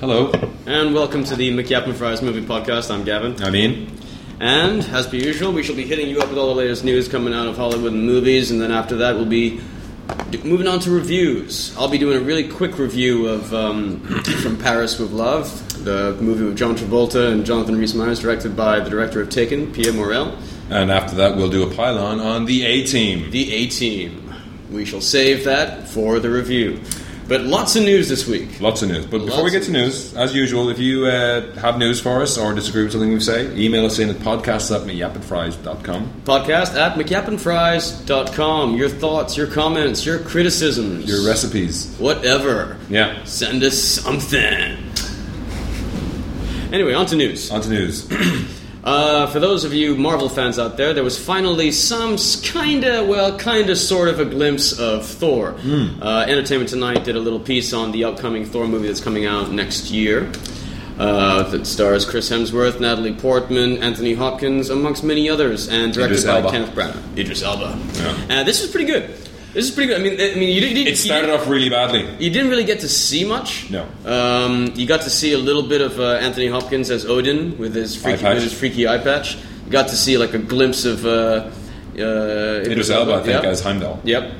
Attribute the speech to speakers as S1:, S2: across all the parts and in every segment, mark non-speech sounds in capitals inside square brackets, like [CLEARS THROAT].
S1: Hello.
S2: And welcome to the McYap and Fries Movie Podcast. I'm Gavin.
S1: I mean,
S2: And as per usual, we shall be hitting you up with all the latest news coming out of Hollywood and movies, and then after that, we'll be d- moving on to reviews. I'll be doing a really quick review of um, [CLEARS THROAT] From Paris with Love, the movie with John Travolta and Jonathan Rhys Meyers, directed by the director of Taken, Pierre Morel.
S1: and after that, we'll do a pylon on the A team.
S2: The A Team. We shall save that for the review. But lots of news this week.
S1: Lots of news. But before
S2: Lots
S1: we get
S2: of
S1: to news, as usual, if you uh, have news for us or disagree with something we say, email us in at podcasts at com.
S2: Podcast at mcyapandfries.com. Your thoughts, your comments, your criticisms,
S1: Your recipes.
S2: whatever.
S1: Yeah.
S2: Send us something. Anyway, on to news.
S1: On to
S2: [CLEARS THROAT]
S1: news.
S2: Uh, for those of you Marvel fans out there, there was finally some s- kinda, well, kinda sort of a glimpse of Thor.
S1: Hmm.
S2: Uh, Entertainment Tonight did a little piece on the upcoming Thor movie that's coming out next year. Uh, that stars Chris Hemsworth, Natalie Portman, Anthony Hopkins, amongst many others, and directed
S1: Idris
S2: by
S1: Elba.
S2: Kenneth Branagh. Idris Elba.
S1: Yeah.
S2: Uh, this is pretty good. This is pretty good. I mean, I mean, you didn't.
S1: It started off really badly.
S2: You didn't really get to see much.
S1: No.
S2: Um, you got to see a little bit of uh, Anthony Hopkins as Odin with his freaky,
S1: patch.
S2: with his freaky eye patch. You got to see like a glimpse of uh, uh,
S1: Idris Elba, I think,
S2: Yep.
S1: as Heimdall.
S2: Yep. Uh,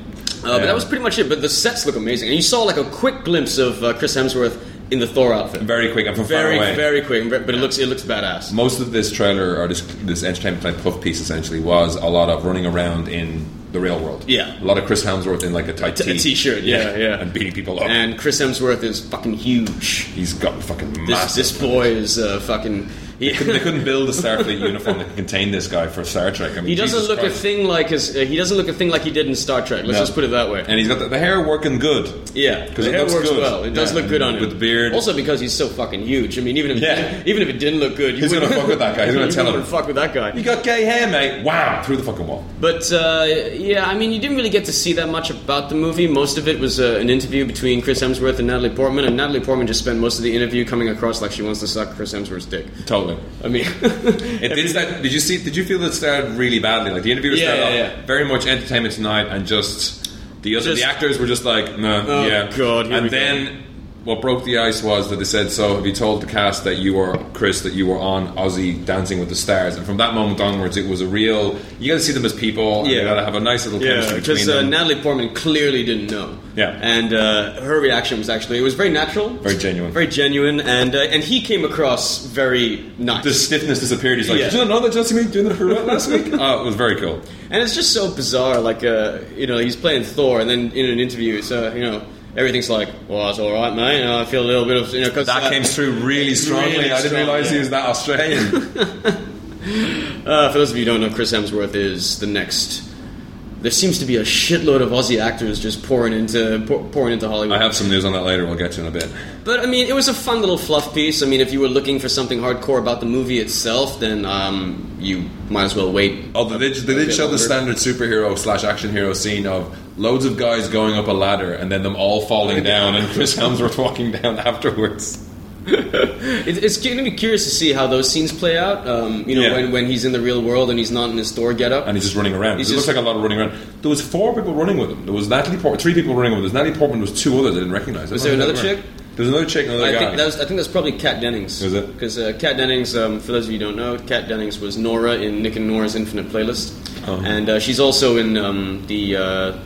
S2: But
S1: Yeah.
S2: that was pretty much it. But the sets look amazing, and you saw like a quick glimpse of uh, Chris Hemsworth in the Thor outfit.
S1: Very quick and from
S2: very,
S1: far away.
S2: very quick. But it looks, it looks badass.
S1: Most of this trailer or this, this entertainment type puff piece essentially was a lot of running around in the real world.
S2: Yeah.
S1: A lot of Chris Hemsworth in like a tight
S2: T- a t-shirt, yeah, yeah.
S1: And beating people up.
S2: And Chris Hemsworth is fucking huge.
S1: He's got fucking
S2: This,
S1: massive.
S2: this boy is uh, fucking. He,
S1: [LAUGHS] Couldn't- they couldn't build a
S2: [LAUGHS]
S1: Starfleet uniform that could contain this guy for Star Trek. I mean,
S2: He doesn't
S1: Jesus
S2: look a
S1: Christ.
S2: thing like his. Uh, he doesn't look a thing like he did in Star Trek.
S1: No.
S2: Let's just put it that way.
S1: And he's got the, the hair working good.
S2: yeah,
S1: 'Cause
S2: the
S1: it
S2: hair
S1: looks
S2: works
S1: good.
S2: well. It does
S1: Yeah,
S2: look good on
S1: and
S2: him
S1: with the beard.
S2: Also because he's so fucking huge. I mean, even if
S1: Yeah.
S2: [LAUGHS] even if it didn't look good, you
S1: He's gonna
S2: wouldn't-
S1: fuck with that guy. He's gonna
S2: [LAUGHS] you
S1: tell him.
S2: wouldn't Fuck with that guy.
S1: You got gay hair, mate. Wow, through the fucking wall.
S2: But uh, yeah, I mean, you didn't really get to see that much about the movie. Most of it was uh, an interview between Chris Hemsworth and Natalie Portman, and Natalie Portman just spent most of the interview coming across like she wants to suck Chris Hemsworth's dick.
S1: Totally.
S2: I mean, [LAUGHS]
S1: It did start, Did you see? Did you feel that started really badly? Like the interviewers
S2: Yeah,
S1: started
S2: yeah,
S1: off
S2: yeah.
S1: very much entertainment tonight, and just the other
S2: Just-
S1: the actors were just like, nah,
S2: Oh,
S1: yeah,
S2: God, here we
S1: And
S2: go.
S1: then what broke the ice was that they said, "So have you told the cast that you were Chris that you were on Aussie Dancing with the Stars?" And from that moment onwards, it was a real. You got to see them as people. And you
S2: Yeah.
S1: got to have a nice little
S2: Yeah,
S1: chemistry between
S2: because uh,
S1: them.
S2: Natalie Portman clearly didn't know.
S1: Yeah.
S2: and uh, her reaction was actually it was very natural,
S1: Very genuine.
S2: very genuine, and uh, and he came across very nice.
S1: [LAUGHS] the stiffness disappeared. He's like,
S2: Yeah.
S1: "Did you not know that Jesse Meek doing that for Roulette last
S2: [LAUGHS]
S1: week?" Oh, it was very cool.
S2: and it's just so bizarre. Like, uh, you know, he's playing Thor, and then in an interview, it's uh, you know, everything's like, "Well, it's all right, mate." You know, I feel a little bit of you know, 'cause,
S1: That
S2: uh,
S1: came through really strongly.
S2: really
S1: I didn't
S2: strong,
S1: realize he
S2: yeah.
S1: was that
S2: [LAUGHS]
S1: Australian.
S2: Uh, for those of you who don't know, Chris Hemsworth is the next. There seems to be a shitload of Aussie actors just pouring into pour, pouring into Hollywood.
S1: I have some news on that later. We'll get to in a bit.
S2: But I mean, it was a fun little fluff piece. I mean, if you were looking for something hardcore about the movie itself, then um, you might as well wait. [LAUGHS]
S1: Although they, they did
S2: bit
S1: show Oh, the
S2: longer.
S1: standard superhero slash action hero scene of loads of guys going up a ladder and then them all
S2: [LAUGHS]
S1: falling down and Chris Hemsworth walking down afterwards.
S2: It, it's going to be curious to see how those scenes play out. Um, you know,
S1: Yeah.
S2: when, when he's in the real world and he's not in his store getup.
S1: And he's just running around.
S2: He's
S1: it looks
S2: just-
S1: like a lot of running around. There was four people running with him. There was Natalie Portman, three people running with him. There was Natalie Portman. There was two others I didn't recognize. I
S2: Was
S1: don't
S2: there
S1: know
S2: another
S1: who they were.
S2: chick?
S1: There was another chick, and another
S2: I
S1: guy.
S2: think, that was, I think that's probably Kat Dennings.
S1: Is it?
S2: Because uh, Kat Dennings, um, for those of you who don't know, Kat Dennings was Nora in Nick and Nora's Infinite Playlist,
S1: Oh.
S2: and uh, she's also in um, the uh,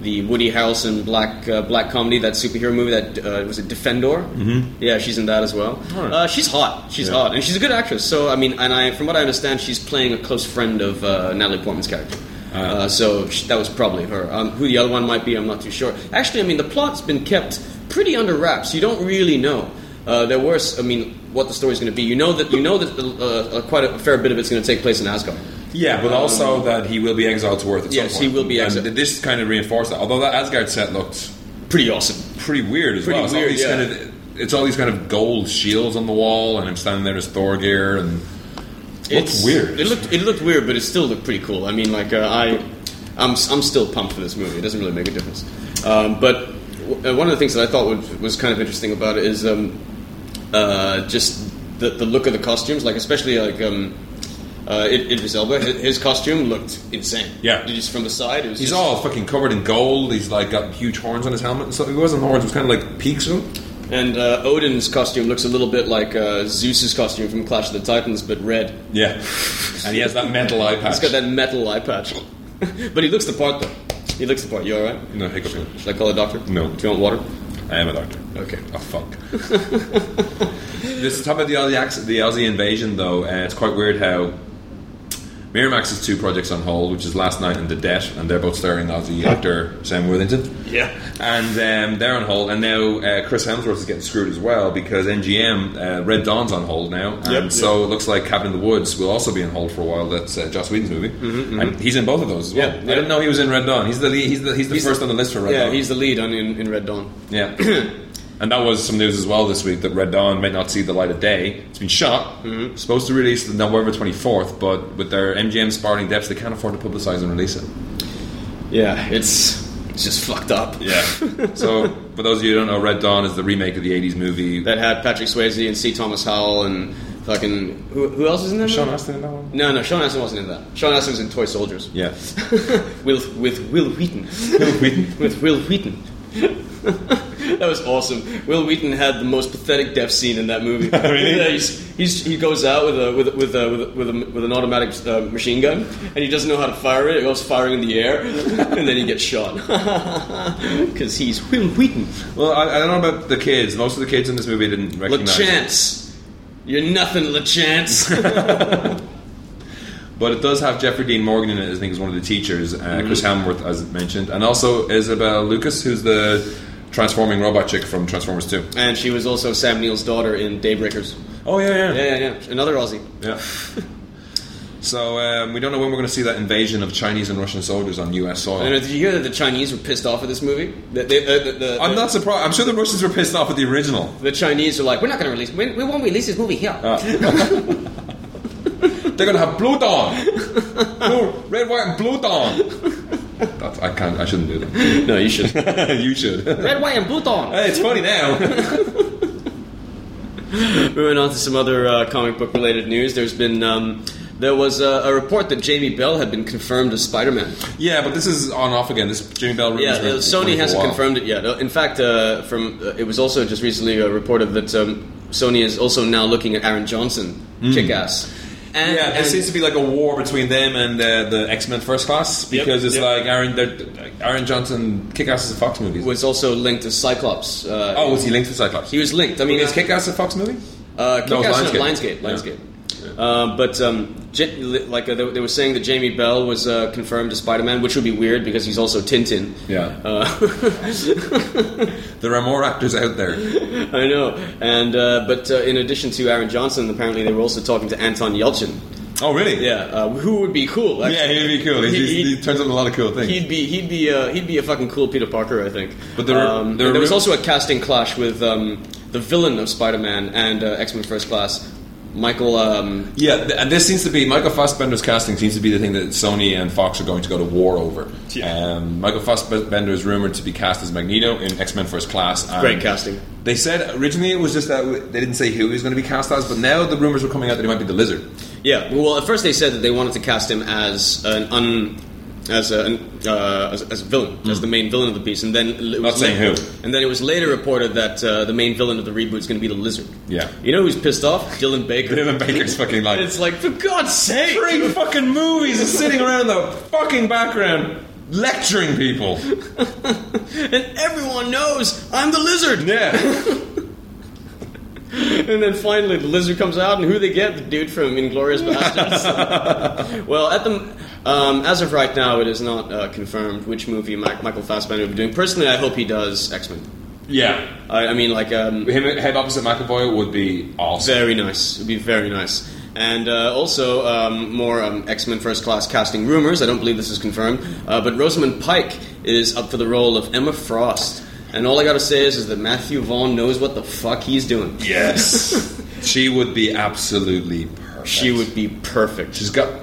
S2: the Woody Harrelson black uh, black comedy that superhero movie that uh, was it Defendor. Mm-hmm. Yeah, she's in that as well.
S1: Alright.
S2: Uh, she's hot. She's
S1: Yeah.
S2: hot, and she's a good actress. So I mean, and I from what I understand, she's playing a close friend of uh, Natalie Portman's character. Uh, so sh- that was probably her. Um, who the other one might be, I'm not too sure. Actually, I mean, the plot's been kept pretty under wraps. You don't really know. Uh, there was, I mean, what the story's going to be. You know that you know that uh, uh, quite a fair bit of it's going to take place in Asgard.
S1: Yeah, but also that he will be exiled to Earth at
S2: Yes,
S1: some point.
S2: he will be exiled.
S1: And this kind of reinforced that. Although that Asgard set looked
S2: Pretty awesome.
S1: pretty weird as
S2: Pretty
S1: well. It's
S2: weird,
S1: all these
S2: yeah.
S1: kind of it's all these kind of gold shields on the wall, and I'm standing there as Thor gear, and
S2: It's
S1: looks weird.
S2: It looked it looked weird, but it still looked pretty cool. I mean, like uh, I, I'm s- I'm still pumped for this movie. It doesn't really make a difference. Um, but w- uh, one of the things that I thought would, was kind of interesting about it is um, uh, just the the look of the costumes, like especially like. Um, uh, Id- Idris Elba, hi- his costume looked insane.
S1: Yeah.
S2: just from the side, it was
S1: he's
S2: just-
S1: all fucking covered in gold. He's like got huge horns on his helmet and stuff. It wasn't horns; it was kind of like peaks. Of him.
S2: And uh, Odin's costume looks a little bit like uh, Zeus's costume from Clash of the Titans, but red.
S1: Yeah, and he has that mental eye patch.
S2: He's got that metal eye patch. [LAUGHS] but he looks the part, though. He looks the part. You all right?
S1: No hiccup.
S2: Should I call a doctor?
S1: No.
S2: Do you want water?
S1: I am a doctor.
S2: Okay.
S1: Oh
S2: [LAUGHS]
S1: fuck. this talk about the Aussie acc- the Aussie invasion though. Uh, it's quite weird how Miramax's two projects on hold, which is Last Night and The Debt, and they're both starring Aussie actor Sam Worthington.
S2: Yeah.
S1: And um, they're on hold, and now uh, Chris Hemsworth is getting screwed as well because NGM uh, Red Dawn's on hold now, and
S2: Yep, yep.
S1: so it looks like Cabin in the Woods will also be on hold for a while. That's uh, Joss Whedon's movie, and he's in both of those as well.
S2: Mm-hmm, Yeah,
S1: I
S2: yeah.
S1: didn't know he was in Red Dawn. He's the lead, he's the, he's the first on the list for Red
S2: Yeah,
S1: Dawn.
S2: he's the lead on in, in Red Dawn.
S1: Yeah.
S2: [COUGHS]
S1: and that was some news as well this week that Red Dawn might not see the light of day. It's been shot.
S2: Mm-hmm.
S1: It's Supposed to release the November 24th, but with their MGM sparring depths, they can't afford to publicize and release it.
S2: Yeah, it's it's just fucked up.
S1: Yeah. [LAUGHS] so, for those of you who don't know, Red Dawn is the remake of the 80s movie.
S2: That had Patrick Swayze and C. Thomas Howell and fucking who, who else is in there?
S1: Sean Astin in that one?
S2: No, no, Sean Astin wasn't in that. Sean Astin was in Toy Soldiers.
S1: Yeah.
S2: with with Will Wheaton. [LAUGHS] with Will Wheaton. [LAUGHS] that was awesome. Will Wheaton had the most pathetic death scene in that [LAUGHS] movie.
S1: Really?
S2: Yeah, he's, he's, he goes out with a with a- with a, with, a, with, a, with an automatic uh, machine gun, and he doesn't know how to fire it. It goes firing in the air, [LAUGHS] and then he gets shot [LAUGHS] because he's Will Wheaton.
S1: well, I, I don't know about the kids. Most of the kids in this movie didn't recognize it.
S2: LeChance, you're nothing, [LAUGHS] LeChance.
S1: But it does have Jeffrey Dean Morgan in it, as I think, as one of the teachers, uh, Chris Hamworth, as mentioned, and also Isabel Lucas, who's the transforming robot chick from Transformers 2.
S2: and she was also Sam Neill's daughter in Daybreakers.
S1: Oh, yeah,
S2: Yeah, yeah, yeah. Another Aussie.
S1: Yeah. [LAUGHS] so um, we don't know when we're going to see that invasion of Chinese and Russian soldiers on U.S.
S2: I know,
S1: soil.
S2: uh, did you hear that the Chinese were pissed off at this movie? That they- uh, the, the-
S1: I'm not surprised. I'm sure the Russians were pissed off at the original.
S2: the Chinese are like, we're not going to release. We, we won't release this movie here.
S1: Ah. [LAUGHS] They're going to have blue dawn, blue, red, white, and blue dawn. That's, I can't. I shouldn't do that.
S2: no, you [LAUGHS]
S1: [LAUGHS]
S2: should.
S1: you should. hey,
S2: Red, white, and blue dawn.
S1: it's funny now.
S2: Moving on to some other uh, comic book related news. There's been um, there was a, a report that Jamie Bell had been confirmed as Spider-Man.
S1: yeah, but this is on off again. This Jimmy Bell.
S2: Yeah,
S1: rumor's
S2: uh,
S1: been
S2: Sony
S1: for a
S2: hasn't
S1: while.
S2: confirmed it yet. Uh, In fact, uh, from uh, it was also just recently uh, reported that um, Sony is also now looking at Aaron Johnson, Kick-Ass. And,
S1: Yeah, there
S2: and-
S1: seems to be like a war between them and uh, the X Men First Class because
S2: Yep,
S1: it's
S2: yep.
S1: like Aaron, they're- Aaron Johnson, Kick Ass is a Fox movie.
S2: was also linked to Cyclops. Uh,
S1: oh, was he linked to Cyclops?
S2: He was linked. I
S1: I
S2: mean,
S1: mean,
S2: it's
S1: is Kick Ass a Fox movie?
S2: Uh,
S1: No,
S2: Kick-Ass,
S1: it's
S2: no,
S1: Lionsgate.
S2: Lionsgate.
S1: Yeah.
S2: Lionsgate. Uh, but um, J- li- like uh, they, they were saying that Jamie Bell was uh, confirmed as Spider-Man, which would be weird because he's also Tintin.
S1: Yeah.
S2: Uh.
S1: [LAUGHS] there are more actors out there.
S2: [LAUGHS] I know. And uh, but uh, in addition to Aaron Johnson, apparently they were also talking to Anton Yelchin.
S1: Oh, really?
S2: Yeah, uh, who would be cool? Actually.
S1: Yeah, he'd be cool. He's,
S2: He-
S1: he's- he turns up in a lot of cool things.
S2: He'd be he'd be uh, he'd be a fucking cool Peter Parker, I think.
S1: But there were-
S2: um,
S1: there
S2: and
S1: were
S2: was
S1: ru-
S2: also a casting clash with um, the villain of Spider-Man and uh, X-Men First Class, Michael. Um,
S1: yeah, th- and this seems to be Michael Fassbender's casting seems to be the thing that Sony and Fox are going to go to war over.
S2: Yeah.
S1: Um, Michael Fassbender is rumored to be cast as Magneto in X Men First Class. and-
S2: Great casting.
S1: They said originally it was just that w- they didn't say who he was going to be cast as, but now the rumors were coming out that he might be the Lizard.
S2: Yeah. Well, at first they said that they wanted to cast him as an un. As a an, uh, as, as a villain, as the main villain of the piece, and then it was
S1: Hmm. Not saying
S2: later-
S1: who.
S2: And then it was later reported that uh, the main villain of the reboot is going to be the lizard.
S1: Yeah.
S2: you know who's pissed off? Dylan Baker.
S1: Dylan Baker's fucking like
S2: It's like for God's sake!
S1: three fucking movies is sitting around the fucking background lecturing people.
S2: and everyone knows I'm the lizard.
S1: Yeah. [LAUGHS]
S2: [LAUGHS] And then finally, the lizard comes out, and who they get? The dude from Inglorious Bastards. well, at the um, as of right now, it is not uh, confirmed which movie Mac- Michael Fassbender will be doing. Personally, I hope he does X Men.
S1: Yeah.
S2: I, I mean, like, um,
S1: Him head opposite McAvoy would be awesome.
S2: very nice. It'd be very nice. And uh, also um, more um, X Men First Class casting rumors. I don't believe this is confirmed, uh, but Rosamund Pike is up for the role of Emma Frost. And all I gotta say is, is that Matthew Vaughn knows what the fuck he's doing.
S1: Yes. [LAUGHS] she would be absolutely perfect.
S2: She would be perfect.
S1: She's got.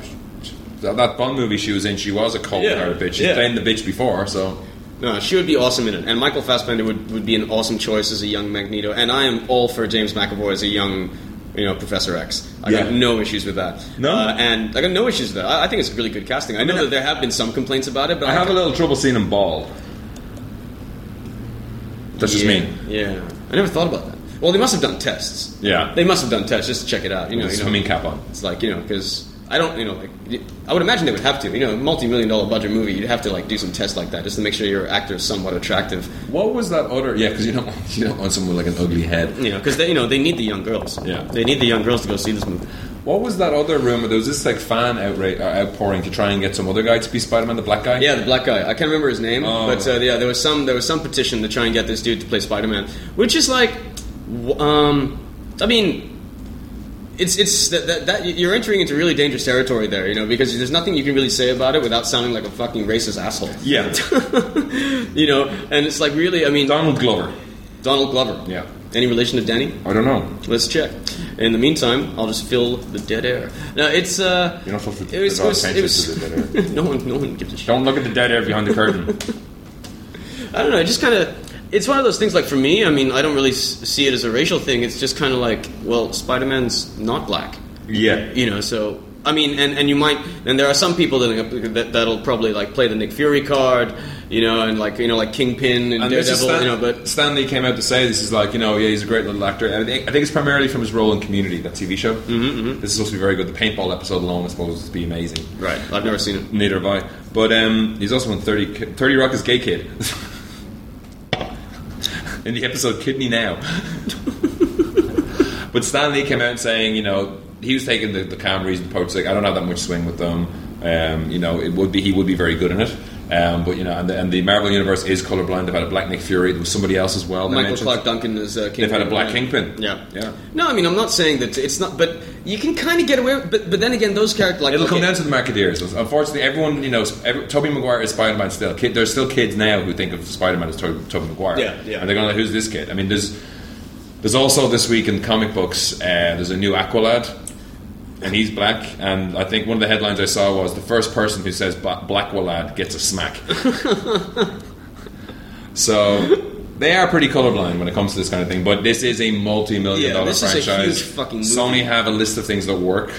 S1: That that Bond movie she was in, she was a cold
S2: Yeah.
S1: hearted bitch. She's
S2: Yeah.
S1: playing the bitch before, so.
S2: No, she would be awesome in it. And Michael Fassbender would, would be an awesome choice as a young Magneto. And I am all for James McAvoy as a young, you know, Professor X. I
S1: Yeah.
S2: got no issues with that.
S1: No?
S2: Uh, and I got no issues with that. I, I think it's really good casting. I know that there have been some complaints about it, but
S1: I have a little trouble seeing him bald. That's just
S2: yeah,
S1: me.
S2: Yeah. I never thought about that. Well, they must have done tests.
S1: Yeah.
S2: They must have done tests just to check it out. You know,
S1: With a
S2: you know.
S1: swimming cap on.
S2: It's like you know because I don't you know like y- I would imagine they would have to you know multi-million dollar budget movie you'd have to like do some tests like that just to make sure your actor is somewhat attractive
S1: What was that other? Yeah, because you don't want- you don't want someone with like an ugly head.
S2: you know because they you know they need the young girls
S1: Yeah.
S2: they need the young girls to go see this movie
S1: What was that other rumor? There was this like fan outrage or outpouring to try and get some other guy to be Spider Man, the black guy.
S2: yeah the black guy I can't remember his name
S1: Oh.
S2: but uh, yeah there was some there was some petition to try and get this dude to play Spider Man which is like w- um I mean. It's it's that, that, that you're entering into really dangerous territory there, you know, because there's nothing you can really say about it without sounding like a fucking racist asshole.
S1: yeah.
S2: [LAUGHS] you know, and it's like really, I mean,
S1: Donald Glover.
S2: Donald Glover.
S1: Yeah.
S2: Any relation to Danny?
S1: I don't know.
S2: Let's check. In the meantime, I'll just fill the dead air. No, it's uh.
S1: You're not supposed to
S2: It was-
S1: draw
S2: it was-
S1: attention
S2: it was-
S1: to the dead air.
S2: [LAUGHS] no one, no one gives a shit.
S1: Don't look at the dead air behind the curtain.
S2: I don't know. It just kind of. It's one of those things. Like for me, I mean, I don't really s- see it as a racial thing. It's just kind of like, well, Spider-Man's not black.
S1: [LAUGHS] yeah.
S2: you know so i mean and, and you might and there are some people that, that that'll probably like play the nick fury card you know and like you know like kingpin and,
S1: And this
S2: daredevil
S1: is Stan-
S2: you know but
S1: Stanley came out to say this is like you know yeah he's a great little actor. I think, I think it's primarily from his role in Community, that TV show. Mm-hmm. This is supposed to be very good. The paintball episode alone is supposed to be amazing.
S2: right i've never seen it
S1: Neither have I. But um, he's also in 30, Ki- 30 Rock as Gay Kid. [LAUGHS] in the episode Kidney Now. [LAUGHS] but Stanley came out saying, you know, he was taking the, the calm reason approach. Like, I don't have that much swing with them. Um, you know, it would be he would be very good in it. Um, but you know, and the, and the Marvel universe is colorblind. They've had a Black Nick Fury. There was somebody else as well. They
S2: michael
S1: mentioned.
S2: clark duncan is uh, kingpin
S1: They've had a black kingpin.
S2: yeah
S1: yeah.
S2: no i mean i'm not saying that it's not but you can kind of get away with, but but then again those characters like
S1: It'll come
S2: okay,
S1: down to the marketeers. Unfortunately, everyone you know, every, Toby Maguire is Spider Man still. Kid, there's still kids now who think of Spider Man as Toby, Toby Maguire.
S2: Yeah, yeah.
S1: And they're going, to "Who's this kid?" I mean, there's there's also this week in comic books, uh, there's a new Aqualad, and he's black. And I think one of the headlines I saw was the first person who says "Bla- Blackwalad gets a
S2: [LAUGHS]
S1: smack. so. They are pretty colorblind when it comes to this kind of thing, but this is a multi-million
S2: Yeah,
S1: dollar
S2: this is a huge
S1: franchise.
S2: fucking movie.
S1: Sony have a list of things that work,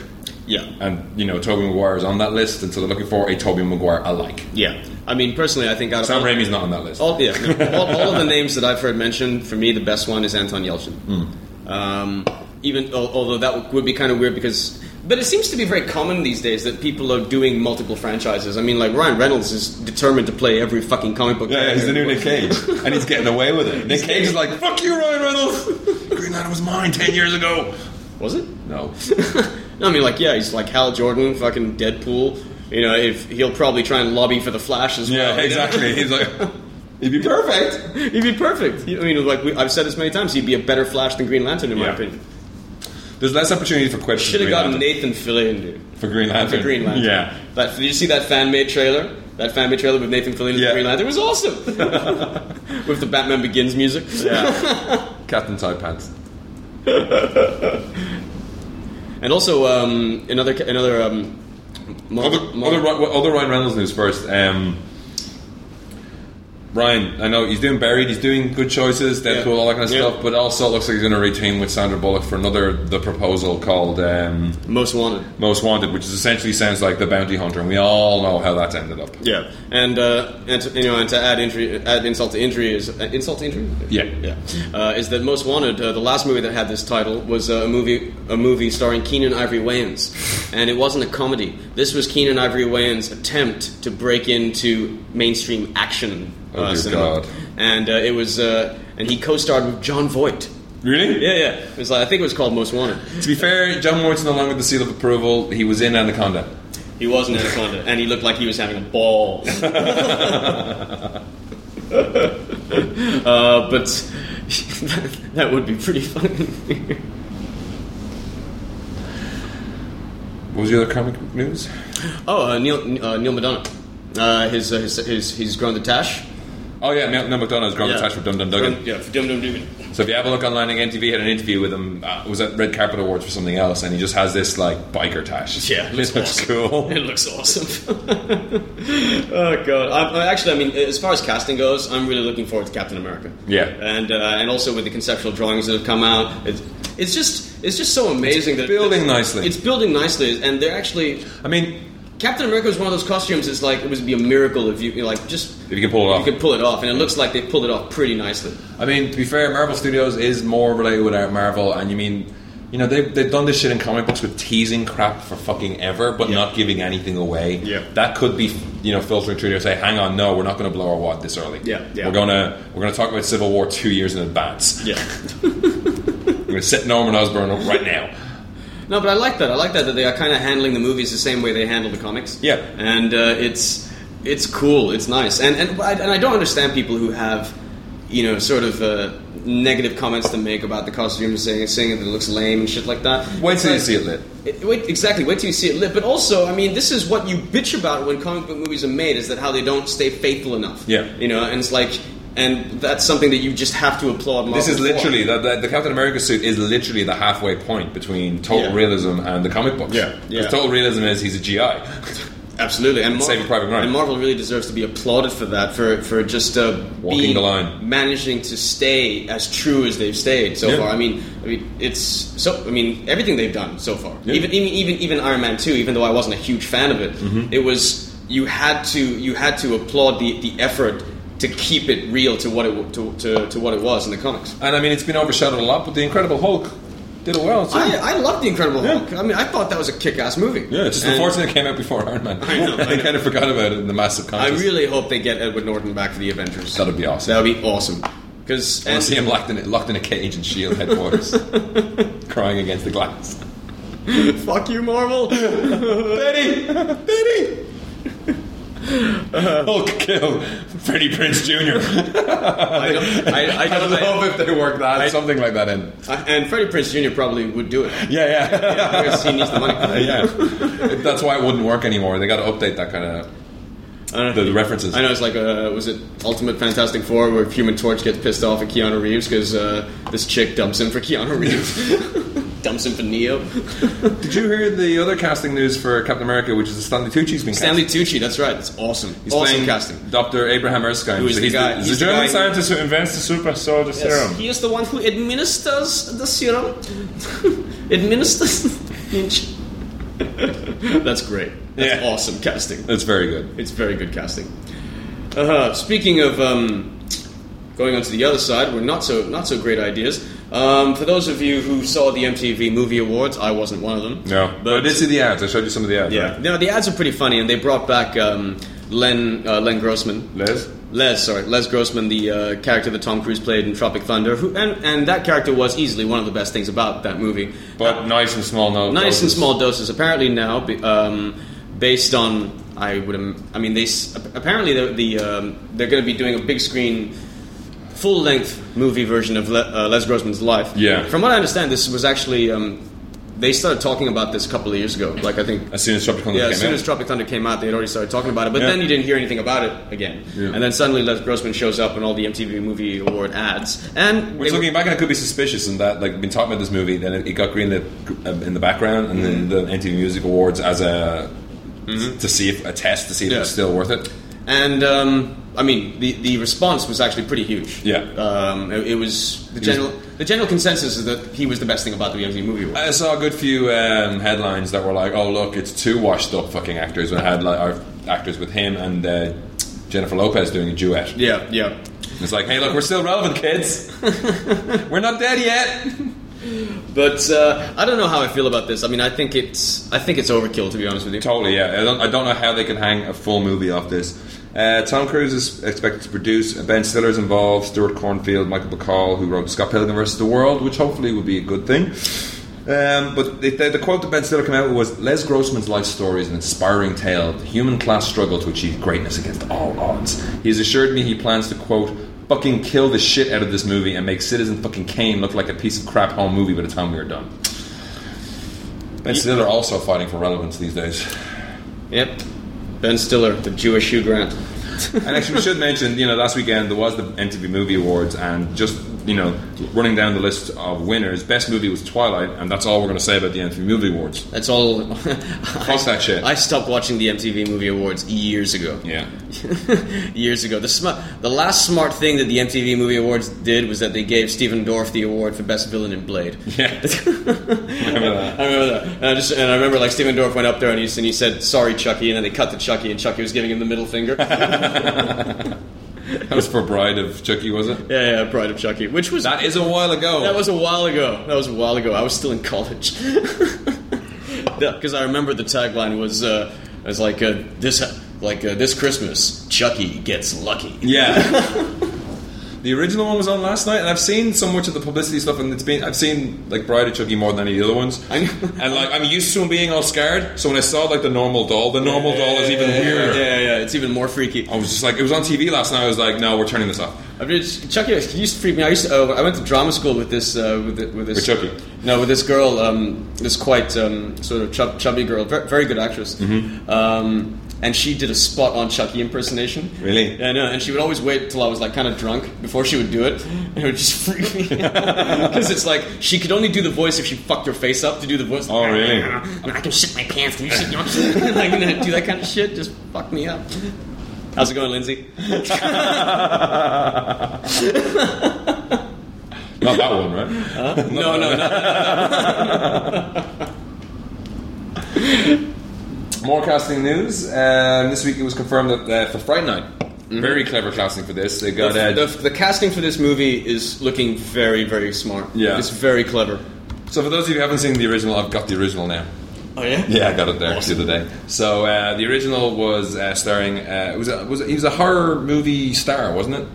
S2: yeah
S1: and you know Toby Maguire is on that list, and so they're looking for a Toby Maguire alike.
S2: yeah i mean personally i think out of
S1: Sam
S2: all-
S1: Raimi's not on that list.
S2: All, yeah, no, all, all of the names that I've heard mentioned, for me, the best one is Anton Yelchin.
S1: Hmm.
S2: Um, even al- although that would be kind of weird because, but it seems to be very common these days that people are doing multiple franchises. I mean, like Ryan Reynolds is determined to play every fucking comic book.
S1: Yeah, yeah, he's the new
S2: character.
S1: Nick [LAUGHS] Cage, and he's getting away with it. Nick Cage is like, "Fuck you, Ryan Reynolds. [LAUGHS] Green Lantern was mine ten years ago."
S2: Was it?
S1: No,
S2: No, I mean, like, yeah, he's like Hal Jordan, fucking Deadpool. You know, if he'll probably try and lobby for the Flash as
S1: [LAUGHS]
S2: well.
S1: yeah,
S2: you know?
S1: exactly. He's like, "He'd be perfect."
S2: He'd be [LAUGHS] perfect. I mean, like we, I've said this many times, he'd be a better Flash than Green Lantern, in my
S1: Yeah.
S2: opinion.
S1: There's less opportunity for quips.
S2: Should have gotten Nathan Fillion, dude.
S1: for Green Lantern.
S2: for Green Lantern.
S1: Yeah,
S2: That, did you see that fan made trailer? That fan made trailer with Nathan Fillion as
S1: Yeah.
S2: Green Lantern It
S1: [LAUGHS]
S2: was awesome. with the Batman Begins music.
S1: yeah.
S2: [LAUGHS]
S1: Captain Tight Pants.
S2: And also um, another ca- another um, Mar-
S1: Other,
S2: Mar-
S1: other, Ry- other Ryan Reynolds news first. Um, Ryan, I know he's doing Buried, he's doing good choices, Deadpool, all that kind of
S2: Yeah.
S1: stuff, but also it looks like he's going to reteam with Sandra Bullock for another The Proposal called um,
S2: most wanted.
S1: Most Wanted, which is essentially sounds like The Bounty Hunter, and we all know how that's ended up.
S2: Yeah, and uh, and to, you know, and to add injury, add insult to injury is uh, insult to injury.
S1: Yeah.
S2: yeah. Uh, is that Most Wanted? Uh, the last movie that had this title was uh, a movie a movie starring Keenan Ivory Wayans, and it wasn't a comedy. This was Keenan Ivory Wayans' attempt to break into mainstream action uh,
S1: Oh, dear
S2: cinema,
S1: God.
S2: and uh, it was uh, and he co-starred with John Voight.
S1: Really?
S2: Yeah, yeah. It was like I think it was called Most Wanted.
S1: To be fair, John Ward's no longer the seal of approval, he was in Anaconda.
S2: He was an anaconda, and he looked like he was having
S1: [LAUGHS]
S2: a ball. uh, but [LAUGHS] that, that would be pretty funny.
S1: was the other comic news?
S2: Oh, uh, Neil uh, Neil Madonna. Uh, his, uh, his his he's grown the tash.
S1: Oh yeah, Neil Neil McDonough's grown
S2: Yeah.
S1: the tash for Dum Dum Duggan.
S2: Yeah, for Dum Dum Dugan.
S1: So if you have a look online, like MTV had an interview with him. Uh, it was at Red Carpet Awards for something else, and he just has this like biker tash. [LAUGHS]
S2: Yeah,
S1: this
S2: looks
S1: looks
S2: awesome.
S1: cool.
S2: It looks awesome. [LAUGHS] oh god! I, I actually, I mean, as far as casting goes, I'm really looking forward to Captain America.
S1: Yeah.
S2: and uh, and also with the conceptual drawings that have come out, it's it's just it's just so amazing that
S1: building nicely.
S2: It's building nicely, and they're actually
S1: I mean,
S2: Captain America was one of those costumes. It's like it would be a miracle if you like just
S1: if you can pull it
S2: you
S1: off.
S2: could pull it off, and it looks like they pulled it off pretty nicely.
S1: I mean, to be fair, Marvel Studios is more related with Marvel, and you mean, you know, they've, they've done this shit in comic books with teasing crap for fucking ever, but not giving anything away.
S2: Yeah.
S1: that could be, you know, filtering through there. Say, hang on, no, we're not going to blow our wad this early.
S2: Yeah, yeah.
S1: we're gonna we're gonna talk about Civil War two years in advance.
S2: Yeah.
S1: We're gonna set Norman Osborn up right now.
S2: No, but I like that. I like that that they are kind of handling the movies the same way they handle the comics.
S1: Yeah.
S2: and uh, it's it's cool. It's nice, and and I, and I don't understand people who have you know sort of uh, negative comments to make about the costume, saying saying that it looks lame and shit like that.
S1: Wait
S2: It's
S1: till you
S2: like-
S1: see it lit.
S2: it- Wait, exactly. Wait till you see it lit. But also, I mean, this is what you bitch about when comic book movies are made: is that how they don't stay faithful enough.
S1: Yeah.
S2: you know, and it's like, and that's something that you just have to applaud. Marvel
S1: This is
S2: for.
S1: literally the, the, the Captain America suit is literally the halfway point between total
S2: Yeah.
S1: realism and the comic books.
S2: Yeah, yeah.
S1: Because total realism is he's a GI.
S2: Absolutely, and Marvel,
S1: Saving Private Ryan.
S2: and Marvel really deserves to be applauded for that, for for just uh,
S1: Walking
S2: being,
S1: the line.
S2: managing to stay as true as they've stayed so
S1: Yeah.
S2: far. I mean, I mean, it's so. I mean, everything they've done so far,
S1: Yeah.
S2: even even even even Iron Man two, even though I wasn't a huge fan of it,
S1: Mm-hmm.
S2: it was you had to you had to applaud the the effort to keep it real to what it wa- to to, to what it was in the comics.
S1: And I mean, it's been overshadowed a lot, but the Incredible Hulk did it well. Too.
S2: I, I loved the Incredible
S1: Yeah.
S2: Hulk. I mean, I thought that was a kick-ass movie.
S1: yeah, it's just
S2: And-
S1: unfortunate it came out before Iron Man.
S2: I
S1: [LAUGHS]
S2: know, I
S1: They
S2: know.
S1: kind of forgot about it in the massive
S2: I
S1: conscious.
S2: really hope they get Edward Norton back for the Avengers.
S1: That'd be awesome.
S2: That would be awesome. Because
S1: I see him locked in locked in a cage in Shield E
S2: [LAUGHS]
S1: headquarters, crying against the glass.
S2: fuck you, [LAUGHS] Marvel.
S1: Betty, Betty. [LAUGHS] Hulk kill Freddie Prince Jr.
S2: I, don't- I, I,
S1: I
S2: don't-
S1: love if they work that something like that in.
S2: I- and Freddie Prince Jr. probably would do it
S1: Yeah, yeah.
S2: because he needs the
S1: [LAUGHS]
S2: money.
S1: yeah. That's why it wouldn't work anymore. They got to update that kind of
S2: I don't know.
S1: the references.
S2: I know it's like uh was it Ultimate Fantastic Four where Human Torch gets pissed off at Keanu Reeves because uh, this chick dumps him for Keanu Reeves, dumps him for Neo.
S1: Did you hear the other casting news for Captain America, which is that Stanley Tucci's been
S2: Stanley
S1: cast?
S2: Tucci, that's right, that's awesome.
S1: He's
S2: awesome
S1: playing
S2: casting.
S1: Dr. Abraham Erskine.
S2: Who is
S1: So
S2: the
S1: he's
S2: guy-
S1: the,
S2: he's
S1: he's
S2: the
S1: the German
S2: guy-
S1: scientist who invents the super soldier
S2: Yes,
S1: serum.
S2: he is the one who administers the serum. [LAUGHS] administers [LAUGHS] ninja. [LAUGHS] That's great. That's
S1: Yeah.
S2: awesome casting.
S1: That's very good.
S2: It's very good casting. Uh, speaking of um, going on to the other side, we're not so not so great ideas. Um, for those of you who saw the MTV Movie Awards, I wasn't one of them.
S1: No, but, I did see the ads. I showed you some of the ads.
S2: yeah,
S1: right?
S2: no, the ads are pretty funny, and they brought back um, Len uh, Len Grossman.
S1: Les.
S2: Les, sorry, Les Grossman, the uh, character that Tom Cruise played in Tropic Thunder, who, and, and that character was easily one of the best things about that movie. Uh,
S1: But nice and small. No,
S2: nice and
S1: doses.
S2: small doses. Apparently now, be- um, based on I would, am- I mean, they s- apparently the, the um, they're going to be doing a big screen, full length movie version of Le- uh, Les Grossman's life.
S1: Yeah.
S2: From what I understand, this was actually um, they started talking about this a couple of years ago. Like I think
S1: As soon as Tropic Thunder
S2: yeah,
S1: came
S2: as soon
S1: out.
S2: as Tropic Thunder came out, they had already started talking about it, but
S1: Yeah.
S2: then you didn't hear anything about it again.
S1: Yeah.
S2: And then suddenly Les Grossman shows up in all the MTV Movie Award ads, and
S1: Which
S2: they were-
S1: looking back, I could be suspicious in that, like, been talking about this movie, then it, it got greenlit um, in the background, and then
S2: Mm-hmm.
S1: the MTV Music Awards as a to see if a test to see if
S2: Yeah.
S1: it's still worth it.
S2: and um, I mean the, the response was actually pretty huge.
S1: Yeah.
S2: um, it, it was the
S1: was-
S2: general the general consensus is that he was the best thing about the MTV Movie Award.
S1: I saw a good few um, headlines that were like, "Oh, look, it's two washed-up fucking actors." When I had like our actors with him and uh, Jennifer Lopez doing a duet.
S2: yeah, yeah.
S1: It's like, "Hey, look, we're still relevant,
S2: [LAUGHS]
S1: kids. we're not dead yet."
S2: But uh, I don't know how I feel about this. I mean, I think it's I think it's overkill to be honest with you.
S1: Totally, yeah. I don't, I don't know how they can hang a full movie off this. Uh, Tom Cruise is expected to produce. uh, Ben Stiller's involved. Stuart Cornfield, Michael Bacall, who wrote Scott Pilgrim versus the World, which hopefully would be a good thing. Um, but the, the, the quote that Ben Stiller came out with was Les Grossman's life story is an inspiring tale of the human class struggle to achieve greatness against all odds. He has assured me he plans to, quote, fucking kill the shit out of this movie and make Citizen fucking Kane look like a piece of crap home movie by the time we are done. Ben Stiller also fighting for relevance these days.
S2: Yep. Ben Stiller, the Jewish Hugh Grant.
S1: And actually, we should mention, you know, last weekend there was the MTV Movie Awards, and just you know, running down the list of winners, best movie was Twilight, and that's all we're going to say about the MTV Movie Awards.
S2: That's all.
S1: Fuck that shit.
S2: [LAUGHS] I stopped watching the MTV Movie Awards years ago.
S1: yeah,
S2: years ago. The sm- the last smart thing that the MTV Movie Awards did was that they gave Stephen Dorff the award for best villain in Blade.
S1: yeah. Remember that.
S2: [LAUGHS] I remember that, and I just and I remember like Stephen Dorff went up there and he, and he said sorry Chucky, and then they cut to Chucky, and Chucky was giving him the middle [LAUGHS] finger. yeah,
S1: That was for Bride of Chucky, was it?
S2: yeah, Pride of Chucky, which was
S1: That is a while ago.
S2: That was a while ago. That was a while ago. I was still in college. [LAUGHS] Because I remember the tagline was uh, it was like uh, this like uh, this Christmas Chucky gets lucky. [LAUGHS]
S1: yeah. the original one was on last night, and I've seen so much of the publicity stuff, and it's been I've seen like Bride of Chucky more than any of the other ones.
S2: I know.
S1: and like I'm used to him being all scared, so when I saw like the normal doll, the normal doll is even
S2: yeah,
S1: weirder.
S2: Yeah, yeah, it's even more freaky.
S1: I was just like, it was on TV last night. I was like, no, we're turning this off.
S2: I mean, it's- Chucky it used to freak me. out. I used to, uh, I went to drama school with this uh, with, the, with this
S1: With Chucky?
S2: No, with this girl, um, this quite um, sort of chub, chubby girl, very, very good actress.
S1: Mm-hmm.
S2: Um, and she did a spot on Chucky impersonation.
S1: Really?
S2: Yeah, I know. And she would always wait till I was like kind of drunk before she would do it, and it would just freak me
S1: [LAUGHS]
S2: because it's like she could only do the voice if she fucked her face up to do the voice.
S1: Oh, [LAUGHS] really?
S2: I'm not gonna shit my pants. Can you shit your pants? [LAUGHS] like, you know, [LAUGHS] do that kind of shit. Just fuck me up. How's it going, Lindsay?
S1: Not that one, right?
S2: No, no, no.
S1: More casting news. Um, this week it was confirmed that uh, for Friday Night, very clever casting for this. They got uh,
S2: The, the, the casting for this movie is looking very, very smart.
S1: Yeah.
S2: It's very clever.
S1: so for those of you who haven't seen the original, I've got the original now.
S2: Oh, yeah?
S1: Yeah, I got it there the other day. So uh, the original was uh, starring. Uh, it was a, was a, he was a horror movie star, wasn't it?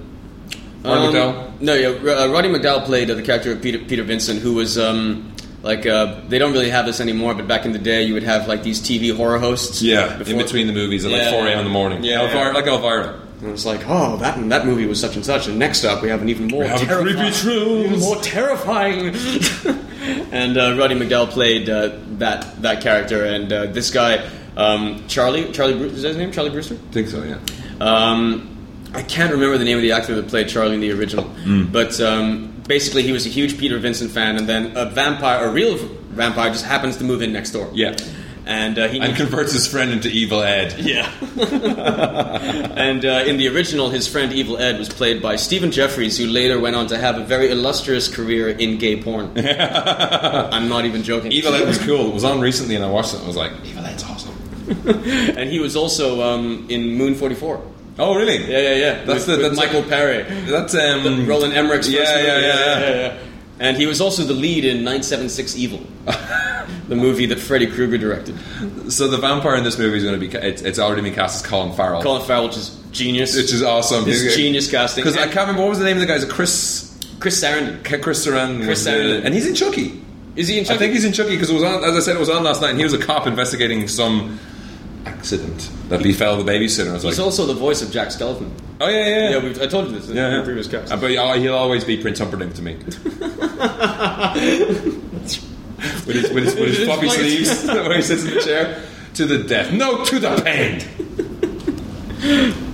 S1: Mark McDowell.
S2: Um, No, yeah. Uh, Roddy McDowell played uh, the character of Peter, Peter Vincent, who was, um, like, uh, they don't really have this anymore, but back in the day, you would have, like, these TV horror hosts.
S1: Yeah, in
S2: before-
S1: between the movies at
S2: Yeah.
S1: like 4 a.m. in the morning.
S2: Yeah,
S1: Elvira,
S2: yeah.
S1: like Elvira.
S2: And it's like, oh, that that movie was such and such, and next up we have an even more
S1: We have a
S2: terrifying,
S1: creepy truth.
S2: even more terrifying. [LAUGHS] and uh, Roddy McDowell played uh, that that character, and uh, this guy, um, Charlie, Charlie, Bru- is that his name? Charlie Brewster.
S1: I think so. Yeah.
S2: Um, I can't remember the name of the actor that played Charlie in the original,
S1: Mm.
S2: but um, basically he was a huge Peter Vincent fan, and then a vampire, a real vampire, just happens to move in next door.
S1: Yeah.
S2: and uh, he
S1: And converts his friend into Evil Ed. [LAUGHS]
S2: yeah. [LAUGHS] and uh, in the original, his friend Evil Ed was played by Stephen Jeffries, who later went on to have a very illustrious career in
S1: [LAUGHS]
S2: gay porn. I'm not even joking.
S1: Evil Ed was cool. It was on recently, and I watched it. and I was like, Evil Ed's awesome.
S2: [LAUGHS] and he was also um, in Moon 44.
S1: Oh, really?
S2: Yeah, yeah, yeah.
S1: That's
S2: with,
S1: the- that's
S2: with Michael Paré.
S1: That's um.
S2: Roland Emmerich's
S1: Yeah,
S2: first
S1: yeah,
S2: movie.
S1: yeah, yeah.
S2: And he was also the lead in 976 Evil, [LAUGHS] the movie that Freddy Krueger directed.
S1: So the vampire in this movie is going to be. ca- It's, it's already been cast as Colin Farrell,
S2: Colin Farrell, which is genius.
S1: which is awesome.
S2: This is genius casting.
S1: Because I can't remember what was the name of the guy. Is it Chris?
S2: Chris Sarandon.
S1: Chris Sarandon.
S2: Chris
S1: was in it.
S2: Sarandon.
S1: and he's in Chucky.
S2: Is he in
S1: I
S2: Chucky?
S1: think he's in Chucky because it was on. As I said, it was on last night, and he was a cop investigating some accident that befell the babysitter. I was
S2: He's
S1: like,
S2: also the voice of Jack Skellington.
S1: oh yeah, yeah,
S2: Yeah,
S1: yeah.
S2: we've, I told you this in
S1: yeah,
S2: the
S1: yeah.
S2: previous cast.
S1: Uh, But yeah, he'll always be Prince Humperdinck
S2: [LAUGHS]
S1: to me. with his, with his, with his floppy
S2: Like-
S1: sleeves, [LAUGHS] where he sits in the chair, to the death. No, to the pain.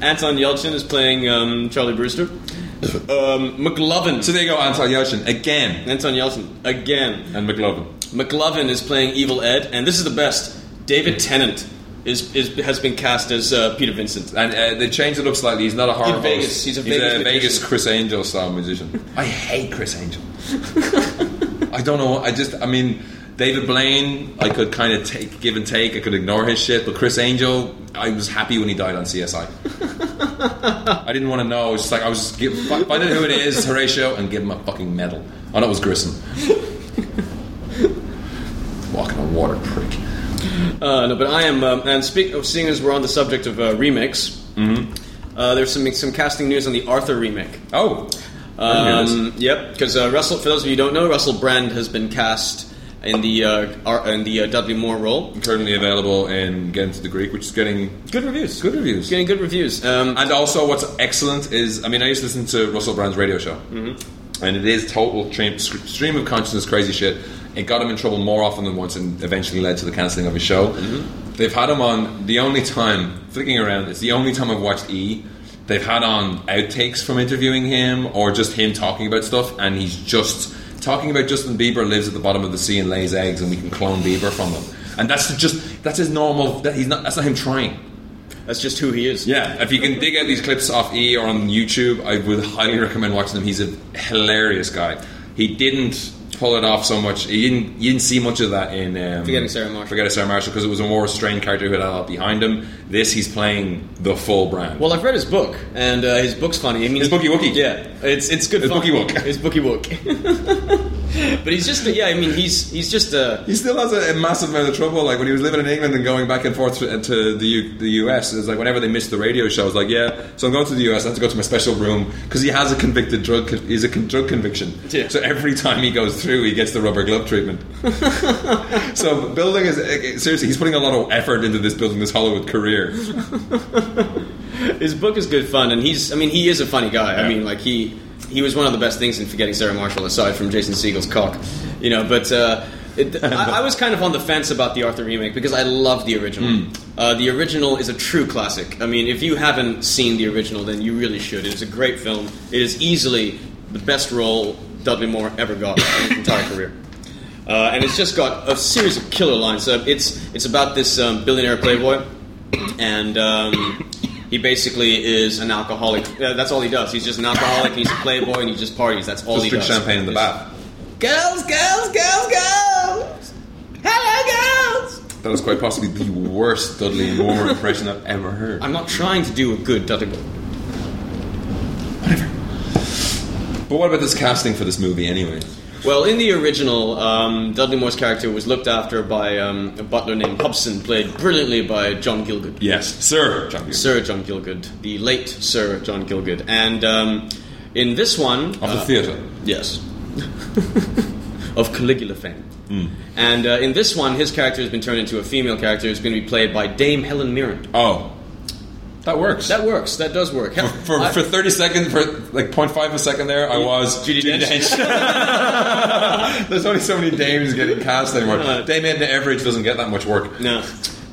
S2: Anton Yelchin is playing um, Charlie Brewster. Um, McLovin.
S1: So there you go, Anton Yelchin again,
S2: Anton Yelchin again.
S1: and McLovin.
S2: McLovin is playing Evil Ed, and this is the best. David Tennant is, is has been cast as uh, Peter Vincent.
S1: And uh, they changed it up slightly. He's not a horror
S2: In Vegas.
S1: host.
S2: He's a
S1: a
S2: Vegas
S1: Vegas
S2: magician.
S1: Chris Angel style
S2: [LAUGHS]
S1: musician. I hate Chris Angel. [LAUGHS] I don't know. I just. I mean, David Blaine. I could kind of take, give and take. I could ignore his shit. But Chris Angel, I was happy when he died on
S2: [LAUGHS]
S1: CSI. I didn't want to know. I was just like I was just give, fi- find out who it is, Horatio, and give him a fucking medal. Oh, that was
S2: [LAUGHS]
S1: Grissom. Walking on water, prick.
S2: Uh, no, but I am. Um, and speak, oh, seeing as we're on the subject of uh, remakes,
S1: Mm-hmm.
S2: uh, there's some some casting news on the Arthur remake.
S1: Oh, I didn't hear this.
S2: Um, yep, because uh, Russell. For those of you who don't know, Russell Brand has been cast in the uh, Ar- in the uh, Dudley Moore role.
S1: currently available in Getting to the Greek, which is getting
S2: Good reviews.
S1: Good reviews.
S2: Getting good reviews. Um,
S1: And also, what's excellent is I mean, I used to listen to Russell Brand's radio show, and it is total stream, stream of consciousness, crazy shit. It got him in trouble more often than once, and eventually led to the cancelling of his show. They've had him on the only time flicking around. It's the only time I've watched E. They've had on outtakes from interviewing him or just him talking about stuff, and he's just talking about Justin Bieber lives at the bottom of the sea and lays eggs, and we can clone Bieber from him. And that's just that's his normal. That he's not. That's not him trying.
S2: That's just who he is.
S1: Yeah, if you can dig out these clips off E or on YouTube, I would highly recommend watching them. He's a hilarious guy. He didn't pull it off so much. He didn't. You didn't see much of that in um,
S2: Forgetting Sarah Marshall.
S1: Forgetting Sarah Marshall because it was a more restrained character who had a lot behind him. This he's playing the full brand.
S2: Well, I've read his book, and uh, his book's funny. I mean,
S1: His bookie wookie.
S2: Yeah, it's it's good.
S1: His
S2: fun.
S1: bookie wook.
S2: His bookie wook. [LAUGHS] but he's just a, yeah. I mean, he's he's just a
S1: he still has a, a massive amount of trouble. Like when he was living in England and going back and forth to, uh, to the U, the US, it's like whenever they missed the radio show, it's like yeah. So I'm going to the US. I have to go to my special room because he has a convicted drug. Con- he's a con- drug conviction.
S2: Yeah.
S1: So every time he goes through, he gets the rubber glove treatment. [LAUGHS] so building is eh, seriously, he's putting a lot of effort into this building this Hollywood career.
S2: his book is good fun, and he's I mean he is a funny guy. I
S1: Yeah.
S2: mean, like he he was one of the best things in Forgetting Sarah Marshall, aside from Jason Siegel's cock, you know. But uh, it, I, I was kind of on the fence about the Arthur remake because I love the original. Uh, the original is a true classic. I mean, if you haven't seen the original, then you really should. It is a great film. It is easily the best role Dudley Moore ever got in his entire career. uh, and it's just got a series of killer lines. So it's it's about this um, billionaire playboy, and um, he basically is an alcoholic. Uh, that's all he does. He's just an alcoholic. He's a playboy, and he just parties. That's all
S1: Just
S2: he
S1: drink
S2: does.
S1: champagne in the
S2: Just-
S1: bath.
S2: Girls, girls, girls, girls. Hello, girls.
S1: That was quite possibly the worst Dudley Moore impression I've ever heard.
S2: I'm not trying to do a good Dudley. Moore.
S1: But what about this casting for this movie anyway?
S2: Well, in the original, um, Dudley Moore's character was looked after by um, a butler named Hobson, played brilliantly by John Gielgud.
S1: Yes, sir. John Hughes.
S2: Sir John Gilgood, the late Sir John Gilgood, and um, in this one,
S1: of the
S2: uh,
S1: theatre.
S2: yes, [LAUGHS] of Caligula fame.
S1: Hmm.
S2: And uh, in this one, his character has been turned into a female character who's going to be played by Dame Helen Mirren.
S1: Oh, that
S2: [LAUGHS]
S1: works.
S2: That works. That does work. Hel-
S1: [LAUGHS] for,
S2: I-
S1: for 30 seconds, for like 0.5 of a second there, I was
S2: Judi Dench. [LAUGHS]
S1: Dench. [LAUGHS] There's only so many dames getting cast anymore.
S2: Uh,
S1: Dame Edna Everage doesn't get that much work.
S2: No.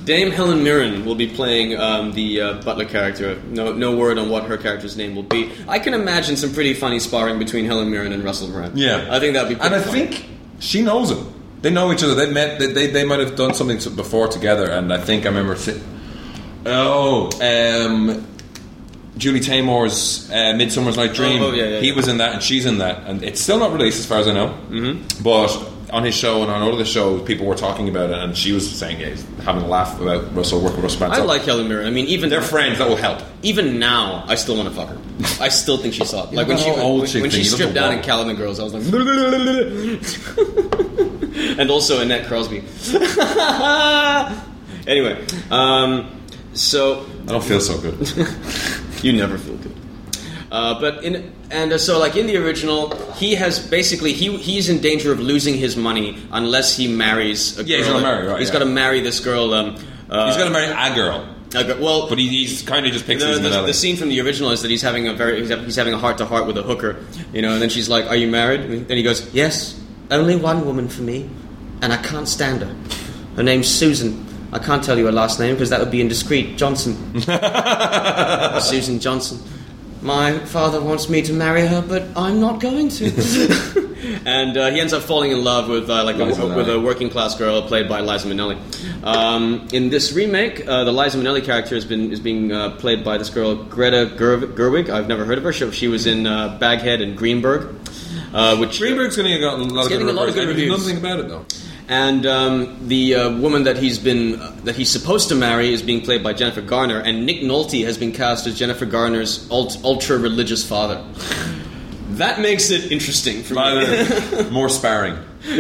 S2: Dame Helen Mirren will be playing um, the uh, butler character. No, no word on what her character's name will be. I can imagine some pretty funny sparring between Helen Mirren and Russell Brand.
S1: Yeah.
S2: I think that'd be.
S1: And I
S2: pretty fun.
S1: think she knows him. They know each other. They met. They, they, they might have done something to- before together. And I think I remember. si- Oh, um, Julie Taymor's uh, Midsummer's Night Dream.
S2: Oh, oh, yeah, yeah,
S1: he
S2: yeah.
S1: was in that, and she's in that, and it's still not released as far as I know. Mm-hmm. But on his show and on all of the shows, people were talking about it, and she was saying, "Yeah, he's having a laugh about Russell working with Russell Brand."
S2: I
S1: So
S2: like Helen Mirren. I mean, even
S1: They're friends. That will help.
S2: even now, I still want to fuck her. I still think she's hot. Like when
S1: that
S2: she
S1: whole old
S2: when,
S1: chick
S2: when
S1: thing,
S2: she
S1: you look
S2: stripped down
S1: at
S2: in Calvin and Girls, I was like, [LAUGHS] and also Annette Crosby. [LAUGHS] anyway, um, so
S1: I don't feel so
S2: [LAUGHS]
S1: good.
S2: you never feel good. Uh, but in and uh, so like in the original, he has basically he he's in danger of losing his money unless he marries. A
S1: Yeah, he's
S2: girl
S1: gotta
S2: that-
S1: marry, right,
S2: He's
S1: yeah.
S2: got to marry this girl. Um, uh,
S1: he's gonna marry a girl,
S2: a girl- well,
S1: but he, he's kind of just picks
S2: the,
S1: his
S2: the, the scene from the original is that he's having a very he's, ha- he's having a heart to heart with a hooker, you know, and then she's like, "Are you married?" And then he goes, "Yes, only one woman for me, and I can't stand her. Her name's Susan. I can't tell you her last name because that would be indiscreet. Johnson, Susan Johnson. My father wants me to marry her, but I'm not going to." and uh, he ends up falling in love with uh, like a,
S1: Liza Minnelli.
S2: with a working class girl played by Liza Minnelli. Um, in this remake, uh, the Liza Minnelli character has been is being uh, played by this girl Greta Gerv- Gerwig. I've never heard of her. She, she was in uh, Baghead and Greenberg, uh, which
S1: Greenberg's gonna get a lot of
S2: getting
S1: good
S2: a lot
S1: reviews.
S2: of good
S1: I know
S2: reviews.
S1: Nothing about it though.
S2: and um, the uh, woman that he's been that he's supposed to marry is being played by Jennifer Garner, and Nick Nolte has been cast as Jennifer Garner's ult- ultra religious father. That makes it interesting for me. [LAUGHS]
S1: Rather more sparring.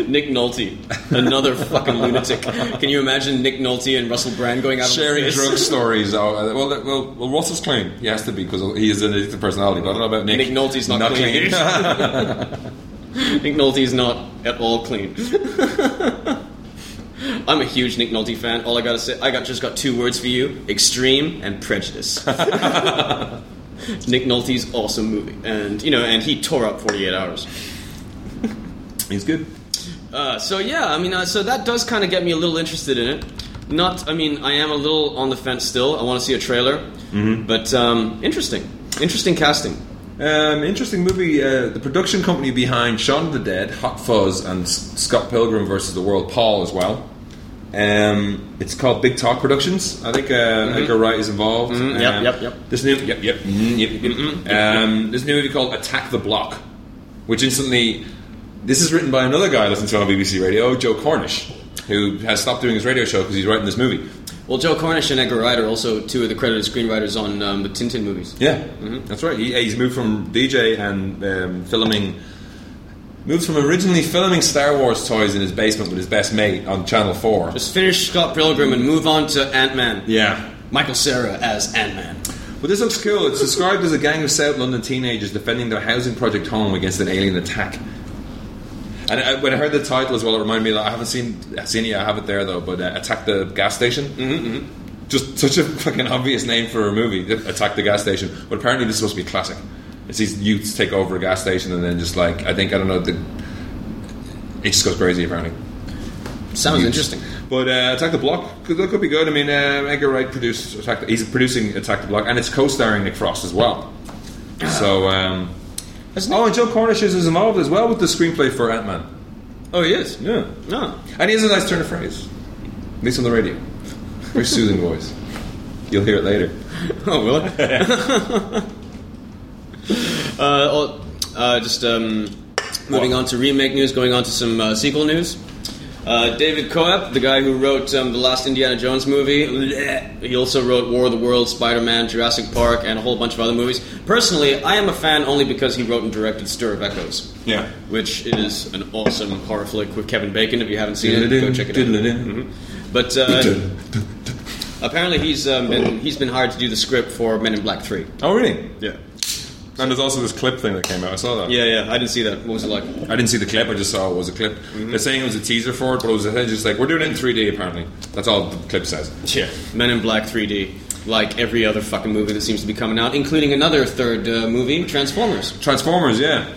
S2: Nick Nolte, another fucking lunatic. Can you imagine Nick Nolte and Russell Brand going out on
S1: Sharing
S2: this?
S1: drug stories. Oh, uh, well, that- well, well, Russell's clean. He has to be because he is an addictive personality. But I don't know about Nick.
S2: Nick Nolte's not clean. [LAUGHS] Nick Nolte's not at all clean. [LAUGHS] I'm a huge Nick Nolte fan. All I gotta say, I got just got two words for you: extreme and prejudice. [LAUGHS] Nick Nolte's awesome movie, and you know, and he tore up 48 Hours.
S1: He's good.
S2: Uh, so yeah, I mean, uh, so that does kind of get me a little interested in it. Not, I mean, I am a little on the fence still. I want to see a trailer,
S1: Mm-hmm.
S2: but um, interesting, interesting casting.
S1: Um, interesting movie. Uh, the production company behind Shaun of the Dead, Hot Fuzz, and S- Scott Pilgrim versus the World, Paul as well. Um, it's called Big Talk Productions. I think uh, Edgar Wright is involved.
S2: Mhm, Mm-hmm. yep,
S1: Um,
S2: yep, yep.
S1: This new, yep, yep, mm, yep, yep, yep.
S2: Uh,
S1: Um, this new movie called Attack the Block, which instantly, this is written by another guy I listen to on BBC Radio, Joe Cornish, who has stopped doing his radio show because he's writing this movie.
S2: Well, Joe Cornish and Edgar Wright are also two of the credited screenwriters on um, the Tintin movies.
S1: Yeah, that's right. He, he's moved from DJ and um, filming. Moved from originally filming Star Wars toys in his basement with his best mate on Channel Four.
S2: Just finish Scott Pilgrim and move on to Ant Man.
S1: yeah,
S2: Michael Sarah as Ant Man.
S1: but this looks cool. It's described as a gang of South London teenagers defending their housing project home against an alien attack. And I, when I heard the title as well, it reminded me that I haven't seen I've seen it. yet, I have it there though. But uh, attack the gas station. Mm-hmm. Just such a fucking obvious name for a movie. Attack the gas station. But apparently this is supposed to be classic. It's these youths take over a gas station and then just like I think I don't know. The, it just goes crazy apparently.
S2: Sounds
S1: Huge.
S2: interesting.
S1: But uh, Attack the Block could, that could be good. I mean, uh, Edgar Wright produced Attack. The, he's producing Attack the Block, and it's co-starring Nick Frost as well. So, um,
S2: Isn't
S1: oh, and Joe Cornish is involved as well with the screenplay for Ant Man.
S2: Oh, he is. Ah.
S1: Yeah,
S2: No.
S1: and he has a nice turn of phrase, at least on the radio. Very soothing voice. You'll hear it later.
S2: [LAUGHS] Oh, will I? uh, oh, uh, just um, moving
S1: What?
S2: on to remake news, going on to some uh, sequel news. Uh, David Coep, the guy who wrote um, the last Indiana Jones movie, bleh, he also wrote War of the Worlds, Spider Man, Jurassic Park, and a whole bunch of other movies. Personally, I am a fan only because he wrote and directed Stir of Echoes,
S1: Yeah.
S2: which is an awesome horror flick with Kevin Bacon. If you haven't seen it, go check it out. But uh,
S1: Mm-hmm.
S2: apparently, he's um, been, he's been hired to do the script for Men in Black Three.
S1: Oh, really?
S2: Yeah.
S1: And there's also this clip thing that came out. I saw that.
S2: Yeah, yeah. I didn't see that. What was it like?
S1: I didn't see the clip. I just saw it was a clip.
S2: Mm-hmm.
S1: They're saying it was a teaser for it, but it was essentially just like we're doing it in 3D. Apparently, that's all the clip says.
S2: Yeah. Men in Black 3D, like every other fucking movie that seems to be coming out, including another third uh, movie, Transformers.
S1: Transformers, yeah.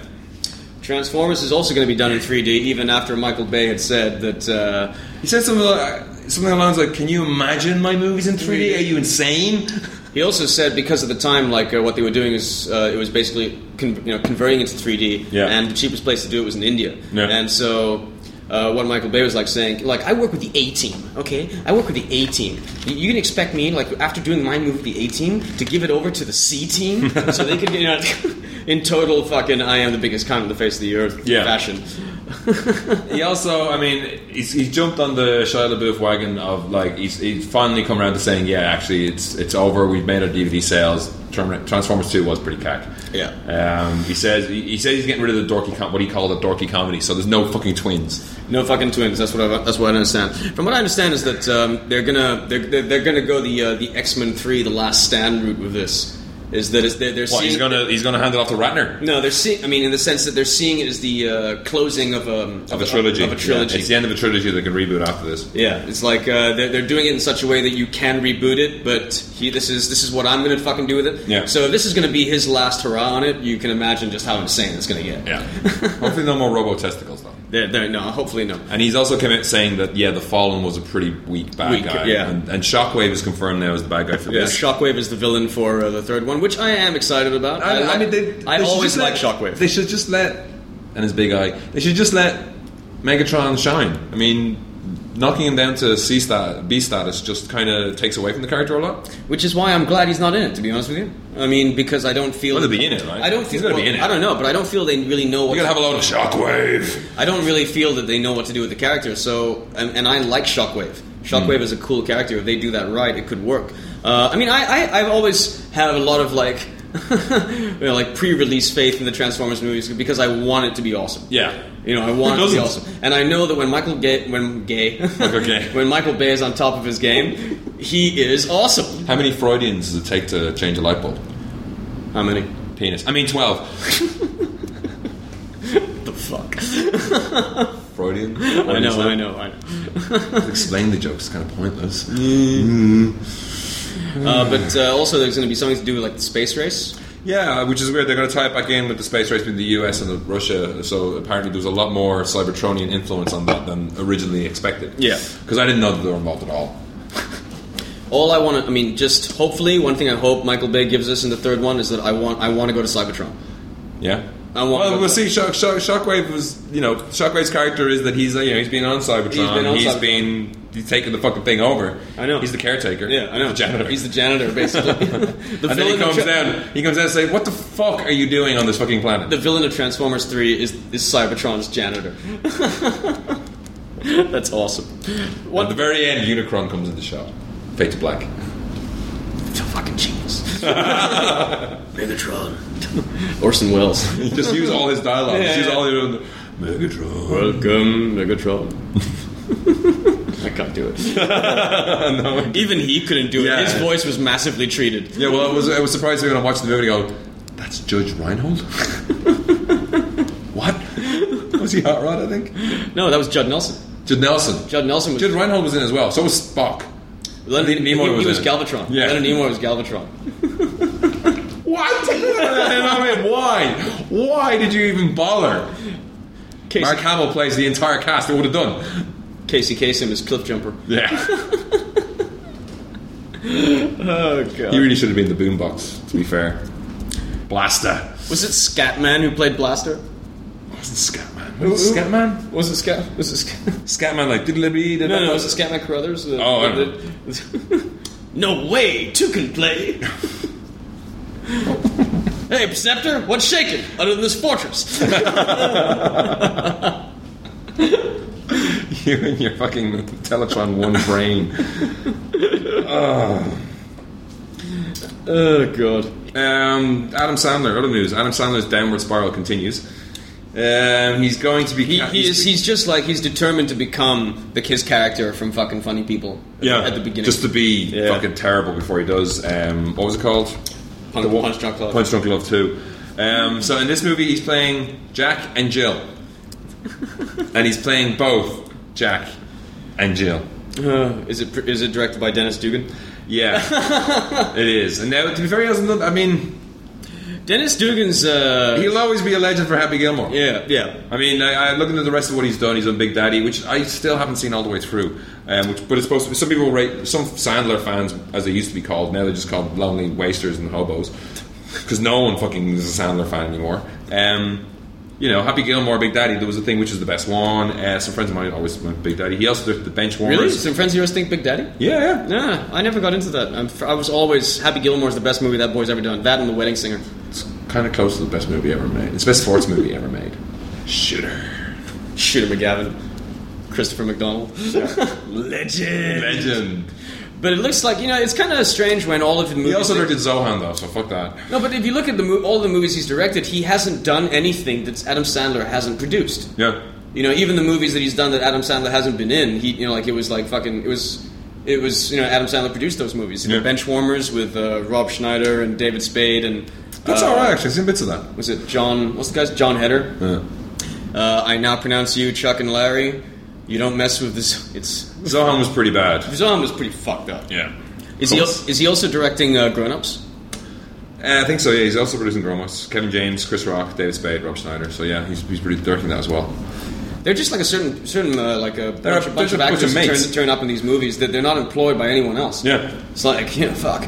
S2: Transformers is also going to be done in 3D, even after Michael Bay had said that. Uh,
S1: He said something like, something along the lines like, "Can you imagine my movies in 3D? Are you
S2: [LAUGHS]
S1: insane?"
S2: he also said because of the time, like uh, what they were doing is uh, it was basically con- you know converting into 3D,
S1: Yeah.
S2: and the cheapest place to do it was in India,
S1: Yeah.
S2: and so. Uh, what Michael Bay was like saying, like I work with the A team, okay? I work with the A team. You, you can expect me, like after doing my movie, the A team, to give it over to the C team, so they can, you know, [LAUGHS] in total fucking I am the biggest con on the face of the earth
S1: Yeah.
S2: fashion.
S1: He also, I mean, he's, he's jumped on the Shia LaBeouf wagon of like he's, he's finally come around to saying, "Yeah, actually, it's it's over. We've made our DVD sales. Termin- Transformers Two was pretty cack."
S2: Yeah.
S1: Um, he says he, he says he's getting rid of the dorky com- what he called a dorky comedy. So there's no fucking twins.
S2: No fucking twins. That's what I, that's what I understand. From what I understand is that um, they're gonna they're, they're, they're gonna go the uh, the X Men three, the Last Stand route with this. Is that it's, they're, they're
S1: What,
S2: seeing
S1: he's gonna he's gonna hand it off to Ratner.
S2: no they're seeing I mean in the sense that they're seeing it as the uh, closing of um,
S1: Of a trilogy.
S2: of a trilogy.
S1: Yeah, it's the end of a trilogy that can reboot after this.
S2: Yeah, it's like uh, they're, they're doing it in such a way that you can reboot it, but he, this is this is what I'm going to fucking do with it.
S1: Yeah.
S2: So if this is going to be his last hurrah on it. You can imagine just how insane it's going to get.
S1: Yeah. [LAUGHS] Hopefully, no more robo testicles though.
S2: There- there- no, hopefully no.
S1: And he's also come out saying that yeah, the Fallen was a pretty weak bad
S2: Weak,
S1: guy.
S2: yeah.
S1: And, and Shockwave is confirmed now as the bad guy for
S2: Yeah,
S1: this.
S2: Shockwave is the villain for uh, the third one, which I am excited about. I, like- I
S1: should
S2: always
S1: just let-
S2: like Shockwave.
S1: They should just let and his big eye. They should just let Megatron shine. I mean, knocking him down to C stat, B status just kind of takes away from the character a lot.
S2: which is why I'm glad he's not in it. To be honest with you, I mean because I don't feel
S1: Well, they'll be in it, right?
S2: I don't
S1: He's
S2: feel.
S1: gonna
S2: well,
S1: be in it.
S2: I don't know, but I don't feel they really know what.
S1: You
S2: To,
S1: gotta have a lot of Shockwave.
S2: I don't really feel that they know what to do with the character. So, and, and I like Shockwave. Shockwave is a cool character. If they do that right, it could work. Uh, I mean, I, I I've always had a lot of like. [LAUGHS] you know, like pre-release faith in the Transformers movies because I want it to be awesome.
S1: Yeah.
S2: You know, I want it to be
S1: doesn't?
S2: awesome, and I know that when Michael Gay, when Gay, [LAUGHS]
S1: Gay.
S2: when Michael Bay is on top of his game, he is awesome.
S1: How many Freudians does it take to change a light bulb?
S2: How many?
S1: Penis. I mean, twelve.
S2: [LAUGHS] The fuck.
S1: Freudian.
S2: [LAUGHS] I know, I know, I know. Mm.
S1: Explain the jokes. Kind of pointless.
S2: Uh, but uh, also, there's going to be something to do with like the space race.
S1: Yeah, which is weird. They're going to tie it back in with the space race between the US and the Russia. So apparently, there was a lot more Cybertronian influence on that than originally expected.
S2: Yeah.
S1: because I didn't know that they were involved at all.
S2: All I want to, I mean, just hopefully, one thing I hope Michael Bay gives us in the third one is that I want, I want to go to Cybertron.
S1: Yeah.
S2: I want-
S1: well, we'll see. Shock, Shock, Shockwave was, you know, Shockwave's character is that he's, uh, you know, he's been on Cybertron.
S2: He's been on Cybertron.
S1: been- he's taking the fucking thing over.
S2: I know.
S1: He's the caretaker. The janitor.
S2: He's the
S1: [LAUGHS]
S2: janitor, basically. [LAUGHS] the
S1: and then he
S2: villain of
S1: comes
S2: Tra-
S1: down. He comes down and says, "What the fuck are you doing on this fucking planet?"
S2: The villain of Transformers Three is is Cybertron's janitor. [LAUGHS] That's awesome.
S1: At the very end, Unicron comes into shot. Fade to
S2: [LAUGHS]
S1: black.
S2: It's a fucking genius. [LAUGHS] Megatron. [LAUGHS] Orson Welles.
S1: Just use all his dialogue.
S2: Yeah,
S1: Just use
S2: yeah.
S1: all his Megatron.
S2: Welcome, Megatron. [LAUGHS] I can't do it. [LAUGHS]
S1: no.
S2: Even he couldn't do it.
S1: Yeah.
S2: His voice was massively treated.
S1: Yeah, well, it was. It was surprising when I watched the movie. and Go, that's Judge Reinhold. [LAUGHS] what? [LAUGHS] Was he hot rod? I think.
S2: No, that was Judd Nelson.
S1: Judd Nelson.
S2: Judd Nelson was.
S1: Judd Reinhold was in as well. So was Spock.
S2: Leonard
S1: Nimoy
S2: he,
S1: was
S2: he was
S1: in it.
S2: Galvatron.
S1: Yeah.
S2: Leonard Nimoy was Galvatron.
S1: What? [LAUGHS] I mean, why? Why did you even bother?
S2: Casey,
S1: Mark Hamill plays the entire cast. It would have done.
S2: Casey Kasem is Cliff Jumper.
S1: Yeah.
S2: Oh god.
S1: He really should have been the boombox. To be fair. Blaster.
S2: Was it Scatman who played Blaster?
S1: Wasn't Scatman?
S2: Was it
S1: Scatman?
S2: Was it Scat? Was it Scat?
S1: Scatman like diddly
S2: No, no, was it Scatman Carruthers? The-
S1: Oh, I don't
S2: the- [LAUGHS] no way, two can [LAUGHS] play. hey, Perceptor, what's shaking other than this fortress?
S1: [LAUGHS] You and your fucking Teletron one brain.
S2: oh god.
S1: Um, Adam Sandler. Other news. Adam Sandler's downward spiral continues. Um, he's going to be.
S2: He, he is, he's just like he's determined to become the his character from fucking funny people. at-
S1: yeah.
S2: At the beginning.
S1: just to be
S2: Yeah.
S1: fucking terrible before he does. Um, what was it called?
S2: Punk-
S1: The one-
S2: Punch Drunk Love.
S1: Punch Drunk Love Two. Um, so in this movie, he's playing Jack and
S2: [LAUGHS]
S1: Jill, and he's playing both Jack and Jill.
S2: Uh, is it pr- is it directed by Dennis Dugan? [LAUGHS]
S1: Yeah, it is. And now, to be fair, he doesn't. I mean,
S2: Dennis Dugan's uh
S1: he'll always be a legend for Happy Gilmore.
S2: yeah, yeah.
S1: I mean, I, I looking at the rest of what he's done. He's done Big Daddy, which I still haven't seen all the way through. Um, which, but it's supposed to be. Some people rate some Sandler fans, as they used to be called. Now they're just called lonely wasters and hobos, because no one fucking is a Sandler fan anymore. Um, you know, Happy Gilmore, Big Daddy. There was a thing which is the best one. Uh, some friends of mine always went Big Daddy. He also did the Bench Warmers.
S2: Really? Some friends of yours think Big Daddy?
S1: Yeah, yeah.
S2: Nah, I never got into that. I'm, I was always Happy Gilmore's the best movie that boy's ever done. That and The Wedding Singer.
S1: It's kind of close to the best movie ever made. It's the best sports movie ever made. Shooter.
S2: Shooter McGavin, Christopher McDonald.
S1: Legend. Legend.
S2: But it looks like you know it's kind of strange when all of the movies.
S1: He also directed Zohan though, so fuck that.
S2: no, but if you look at the mo- all the movies he's directed, he hasn't done anything that Adam Sandler hasn't produced.
S1: Yeah.
S2: You know, even the movies that he's done that Adam Sandler hasn't been in, he you know like it was like fucking it was. It was you know Adam Sandler produced those movies,
S1: Yeah.
S2: The Benchwarmers with uh, Rob Schneider and David Spade and
S1: That's
S2: uh,
S1: all right. Actually, I've seen bits of that.
S2: Was it John? What's the guy's John Heder? Uh, I now pronounce you Chuck and Larry. You don't mess with this. It's
S1: Zohan was pretty bad.
S2: Zom was pretty fucked up.
S1: Yeah.
S2: Is he, al- is he also directing uh, Grown Ups?
S1: Uh, I think so. Yeah, he's also producing Gromos. Kevin James, Chris Rock, David Spade, Rob Schneider. So yeah, he's he's pretty directing that as well.
S2: They're just like a certain certain uh, like a
S1: They're
S2: bunch,
S1: a-
S2: a bunch
S1: they're
S2: of
S1: just a bunch
S2: actors
S1: of
S2: that
S1: mates.
S2: turn, turn up in these movies that they're not employed by anyone else.
S1: Yeah.
S2: it's like [LAUGHS] you know, fuck.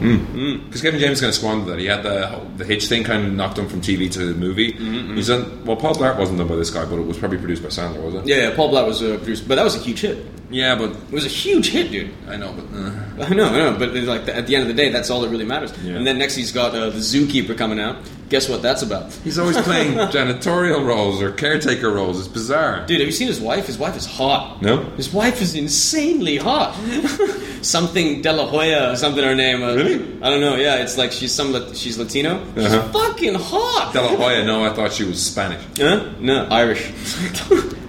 S1: Because Kevin James is going to squander that. He had the the Hitch thing kind of knocked him from TV to the movie.
S2: Mm-hmm,
S1: He's done well. Paul Blart wasn't done by this guy, but it was probably produced by Sandler, was it?
S2: Yeah, yeah Paul Blart was uh, produced, but that was a huge hit. It
S1: Yeah, but
S2: was a huge hit, dude.
S1: I know, but uh,
S2: I know, I know, but it's like at the end of the day, that's all that really matters.
S1: Yeah.
S2: And then next he's got uh, the Zookeeper coming out. Guess what that's about?
S1: he's always
S2: [LAUGHS]
S1: playing janitorial roles or caretaker roles. It's bizarre.
S2: Dude, have you seen his wife? His wife is hot.
S1: No.
S2: His wife is insanely hot. [LAUGHS] something De La Hoya, or something her name. Uh, [LAUGHS]
S1: Really?
S2: I don't know. Yeah, it's like she's some Lat- she's Latino.
S1: Uh-huh.
S2: She's fucking hot.
S1: De La Hoya, no, I thought she was
S2: [LAUGHS]
S1: Spanish.
S2: huh? No, Irish.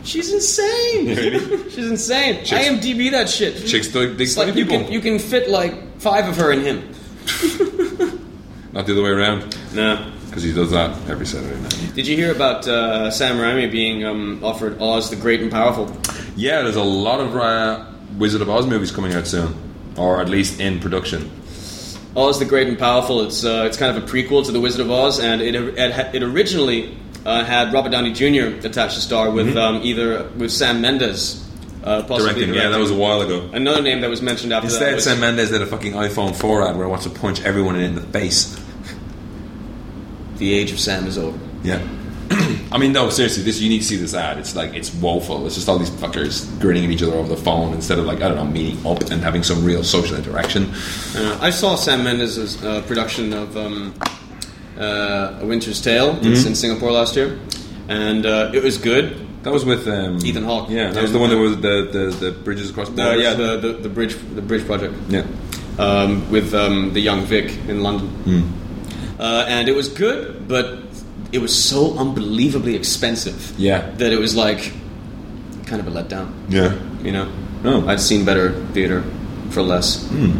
S2: she's insane.
S1: Really?
S2: [LAUGHS] she's insane.
S1: Chicks-
S2: IMDb that shit.
S1: Chicks dig dig
S2: it's like you
S1: people,
S2: can you can fit like five of her in him.
S1: not the other way around,
S2: No.
S1: because he does that every Saturday night.
S2: Did you hear about uh, Sam Raimi being um, offered Oz the Great and Powerful?
S1: Yeah, there's a lot of uh, Wizard of Oz movies coming out soon, or at least in production.
S2: Oz the Great and Powerful. It's uh, it's kind of a prequel to The Wizard of Oz, and it it, ha- it originally uh, had Robert Downey Jr. attached to star with um, either with Sam Mendes, uh, possibly
S1: Mm-hmm. Directing, yeah, that was a while ago.
S2: another name that was mentioned after that.
S1: Instead,
S2: was-
S1: Sam Mendes did a fucking iPhone 4 ad where I want to punch everyone in the face.
S2: the age of Sam is over.
S1: Yeah. [CLEARS THROAT] I mean, no, seriously, this you need to see this ad. It's like it's woeful. It's just all these fuckers grinning at each other over the phone instead of like I don't know, meeting up and having some real social interaction.
S2: Uh, I saw Sam Mendes' uh, production of um, uh, A Winter's Tale that's
S1: Mm-hmm.
S2: in Singapore last year, and uh, it was good.
S1: That was with um,
S2: Ethan Hawke.
S1: Yeah, that was the one that was the the, the bridges across.
S2: Uh,
S1: Borders.
S2: yeah, the, the, the bridge the bridge project.
S1: yeah.
S2: um, with um, the young Vic in London.
S1: Hmm.
S2: Uh, and it was good, but it was so unbelievably expensive
S1: Yeah.
S2: that it was like kind of a letdown,
S1: Yeah.
S2: you know?
S1: Oh.
S2: I'd seen better theater for less.
S1: Hmm.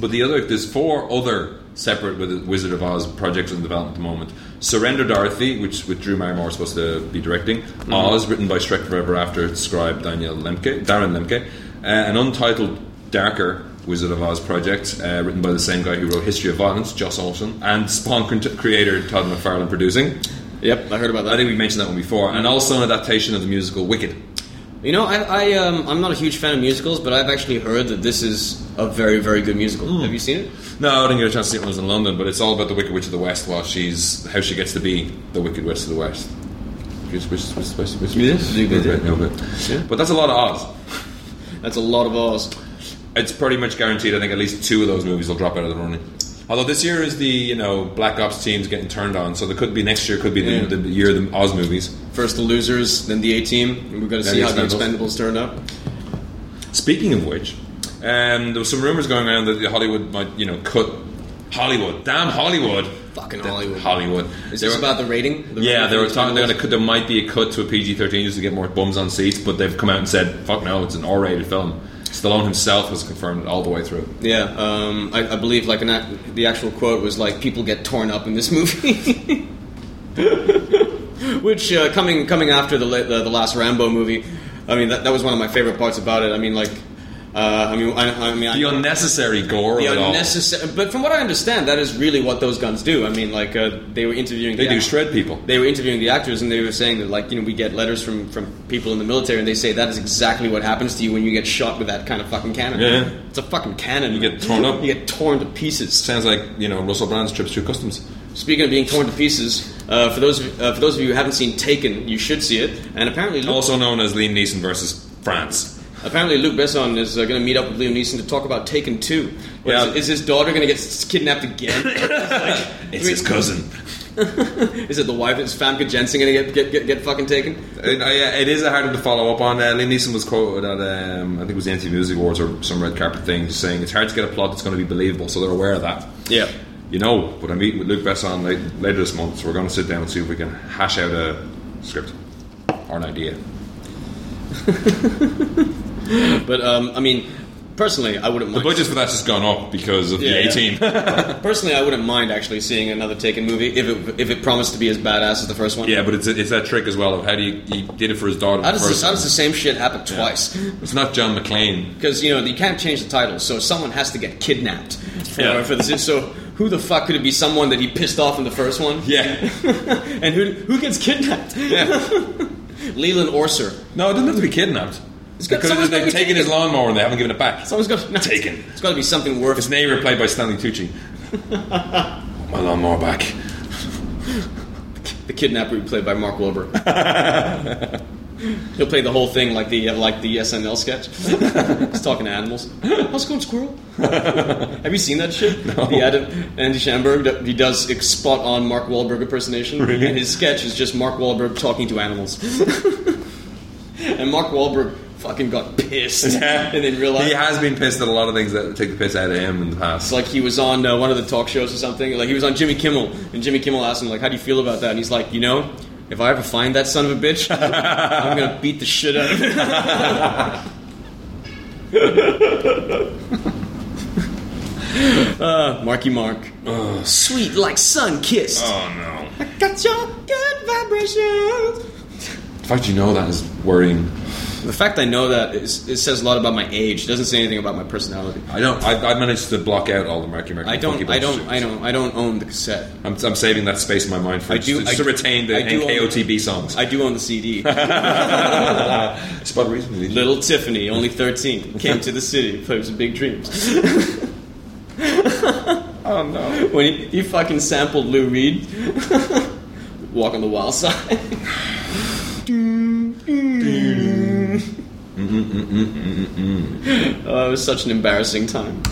S1: But the other, there's four other separate with Wizard of Oz projects in development at the moment. Surrender Dorothy, which with Drew Barrymore is supposed to be directing. Oz, written by Shrek Forever After scribe Daniel Lemke, Darren Lemke. Uh, an untitled, darker Wizard of Oz project uh, written by the same guy who wrote History of Violence, Joss Olson, and Spawn con- creator Todd McFarlane producing.
S2: Yep, I heard about
S1: I
S2: that.
S1: think we mentioned that one before. And also an adaptation of the musical Wicked.
S2: You know, I, I, um, I'm not a huge fan of musicals, but I've actually heard that this is a very, very good musical.
S1: Hmm.
S2: Have you seen it?
S1: No, I didn't get a chance to see it when I was in London, but it's all about the Wicked Witch of the West. While she's how she gets to be the Wicked Witch of the West. Which, which, which, which, which,
S2: Yes.
S1: which- okay, okay.
S2: Yeah.
S1: But that's a lot of odds.
S2: That's a lot of Oz.
S1: It's pretty much guaranteed. I think at least two of those movies will drop out of the running. Although this year is the you know Black Ops teams getting turned on, so there could be next year could be the,
S2: Yeah.
S1: the year of the Oz movies.
S2: First the losers, then the A team. We've got to
S1: Then
S2: see
S1: the
S2: how the
S1: Expendables.
S2: Expendables turn up.
S1: Speaking of which, um, there was some rumors going around that Hollywood might you know cut Hollywood. Damn Hollywood.
S2: Fucking
S1: Damn
S2: Hollywood.
S1: Hollywood.
S2: Is
S1: They
S2: this
S1: were-
S2: about the rating? The
S1: Yeah,
S2: rating
S1: they
S2: for
S1: were talking. They're
S2: Expendables?
S1: gonna, there might be a cut to a PG thirteen just to get more bums on seats, but they've come out and said, "Fuck no, it's an R rated film." Stallone himself has confirmed it all the way through.
S2: Yeah, um, I, I believe like an ac the actual quote was like people get torn up in this movie, [LAUGHS] which uh, coming coming after the, la- the the last Rambo movie, I mean that, that was one of my favorite parts about it. I mean like, uh, I mean I, I mean
S1: The
S2: I,
S1: unnecessary gore of it
S2: the
S1: all.
S2: unnecessary. But from what I understand, that is really what those guns do. I mean like uh, they were interviewing
S1: They
S2: the
S1: do
S2: act-
S1: shred people.
S2: they were interviewing the actors and they were saying that like you know we get letters from from people in the military and they say that is exactly what happens to you when you get shot with that kind of fucking cannon.
S1: Yeah, yeah.
S2: It's a fucking cannon.
S1: You get torn up.
S2: You get torn to pieces.
S1: Sounds like you know Russell Brand's trips through customs.
S2: Speaking of being torn to pieces, uh, for those of, uh, for those of you who haven't seen Taken, you should see it. And apparently, Luke,
S1: Also known as Liam Neeson versus France.
S2: apparently Luke Besson is uh, going to meet up with Liam Neeson to talk about Taken Two. What
S1: Yeah.
S2: is, it- is his daughter going to get s- kidnapped
S1: [LAUGHS]
S2: again?
S1: It's his cousin.
S2: is it the wife? Is Famke Jensen going to get, get get get fucking taken?
S1: It, I, uh, it is a hard one to follow up on. Uh, Liam Neeson was quoted at um, I think it was the MTV Music Awards or some red carpet thing, saying it's hard to get a plot that's going to be believable. So they're aware of that.
S2: Yeah.
S1: You know, but I'm meeting with Luke Besson late, later this month, so we're going to sit down and see if we can hash out a script or an idea.
S2: But um, I mean, personally, I wouldn't
S1: The
S2: mind.
S1: budget for that's just gone up because of the
S2: Yeah, yeah.
S1: A team.
S2: [LAUGHS]
S1: Yeah.
S2: Personally, I wouldn't mind actually seeing another Taken movie if it, if it promised to be as badass as the first one.
S1: but it's it's that trick as well of how do you he did it for his daughter.
S2: How does,
S1: first.
S2: this, how does the same shit happen twice?
S1: It's not John McClane.
S2: Because you know you can't change the title, so someone has to get kidnapped. For,
S1: Yeah.
S2: for this, so who the fuck could it be? Someone that he pissed off in the first one.
S1: Yeah.
S2: and who who gets kidnapped?
S1: [LAUGHS] yeah.
S2: [LAUGHS] Leland Orser.
S1: No, it doesn't have to be kidnapped.
S2: It's
S1: They
S2: got-
S1: could have just
S2: someone's gotta
S1: they've
S2: be
S1: taken his lawnmower and they haven't given it back.
S2: Someone's got [LAUGHS] no,
S1: Taken.
S2: It's got to be something worth.
S1: His name replied by Stanley
S2: [LAUGHS]
S1: Tucci. Want My lawnmower back.
S2: The kidnapper will be played by Mark Wahlberg. He'll play the whole thing like the uh, like the SNL sketch. He's talking to animals. How's it going, squirrel? Have you seen that shit? The Adam Andy Shamberg he does a spot on Mark Wahlberg impersonation, and his sketch is just Mark Wahlberg talking to animals. and Mark Wahlberg fucking got pissed, and then realized
S1: He has been pissed at a lot of things that take the piss out of him in the past.
S2: it's like he was on uh, one of the talk shows or something. Like he was on Jimmy Kimmel, and Jimmy Kimmel asked him like, "How do you feel about that?" And he's like, "You know, if I ever find that son of a [LAUGHS] bitch, I'm gonna beat the shit out of him." [LAUGHS] uh, Marky Mark, Oh, sweet like sun kissed.
S1: oh no.
S2: Uh. I got your good vibrations.
S1: The fact you know that is worrying.
S2: The fact I know that is, it says a lot about my age. It doesn't say anything about my personality.
S1: I don't. I've, I've managed to block out all the Marky Mark.
S2: I
S1: and Funky
S2: don't.
S1: Bunch
S2: I don't.
S1: tunes.
S2: I don't. I don't own the cassette.
S1: I'm, I'm saving that space in my mind for
S2: I
S1: just,
S2: do-
S1: just
S2: I
S1: to
S2: do-
S1: retain the
S2: I do own-
S1: NKOTB songs.
S2: I do own the [LAUGHS] CD.
S1: Spot recently.
S2: Little Tiffany, only thirteen, came to the city, played some big dreams.
S1: Oh no.
S2: When he, he fucking sampled Lou Reed, [LAUGHS] Walk on the
S1: [LAUGHS]
S2: Wild Side. oh, it was such an embarrassing time.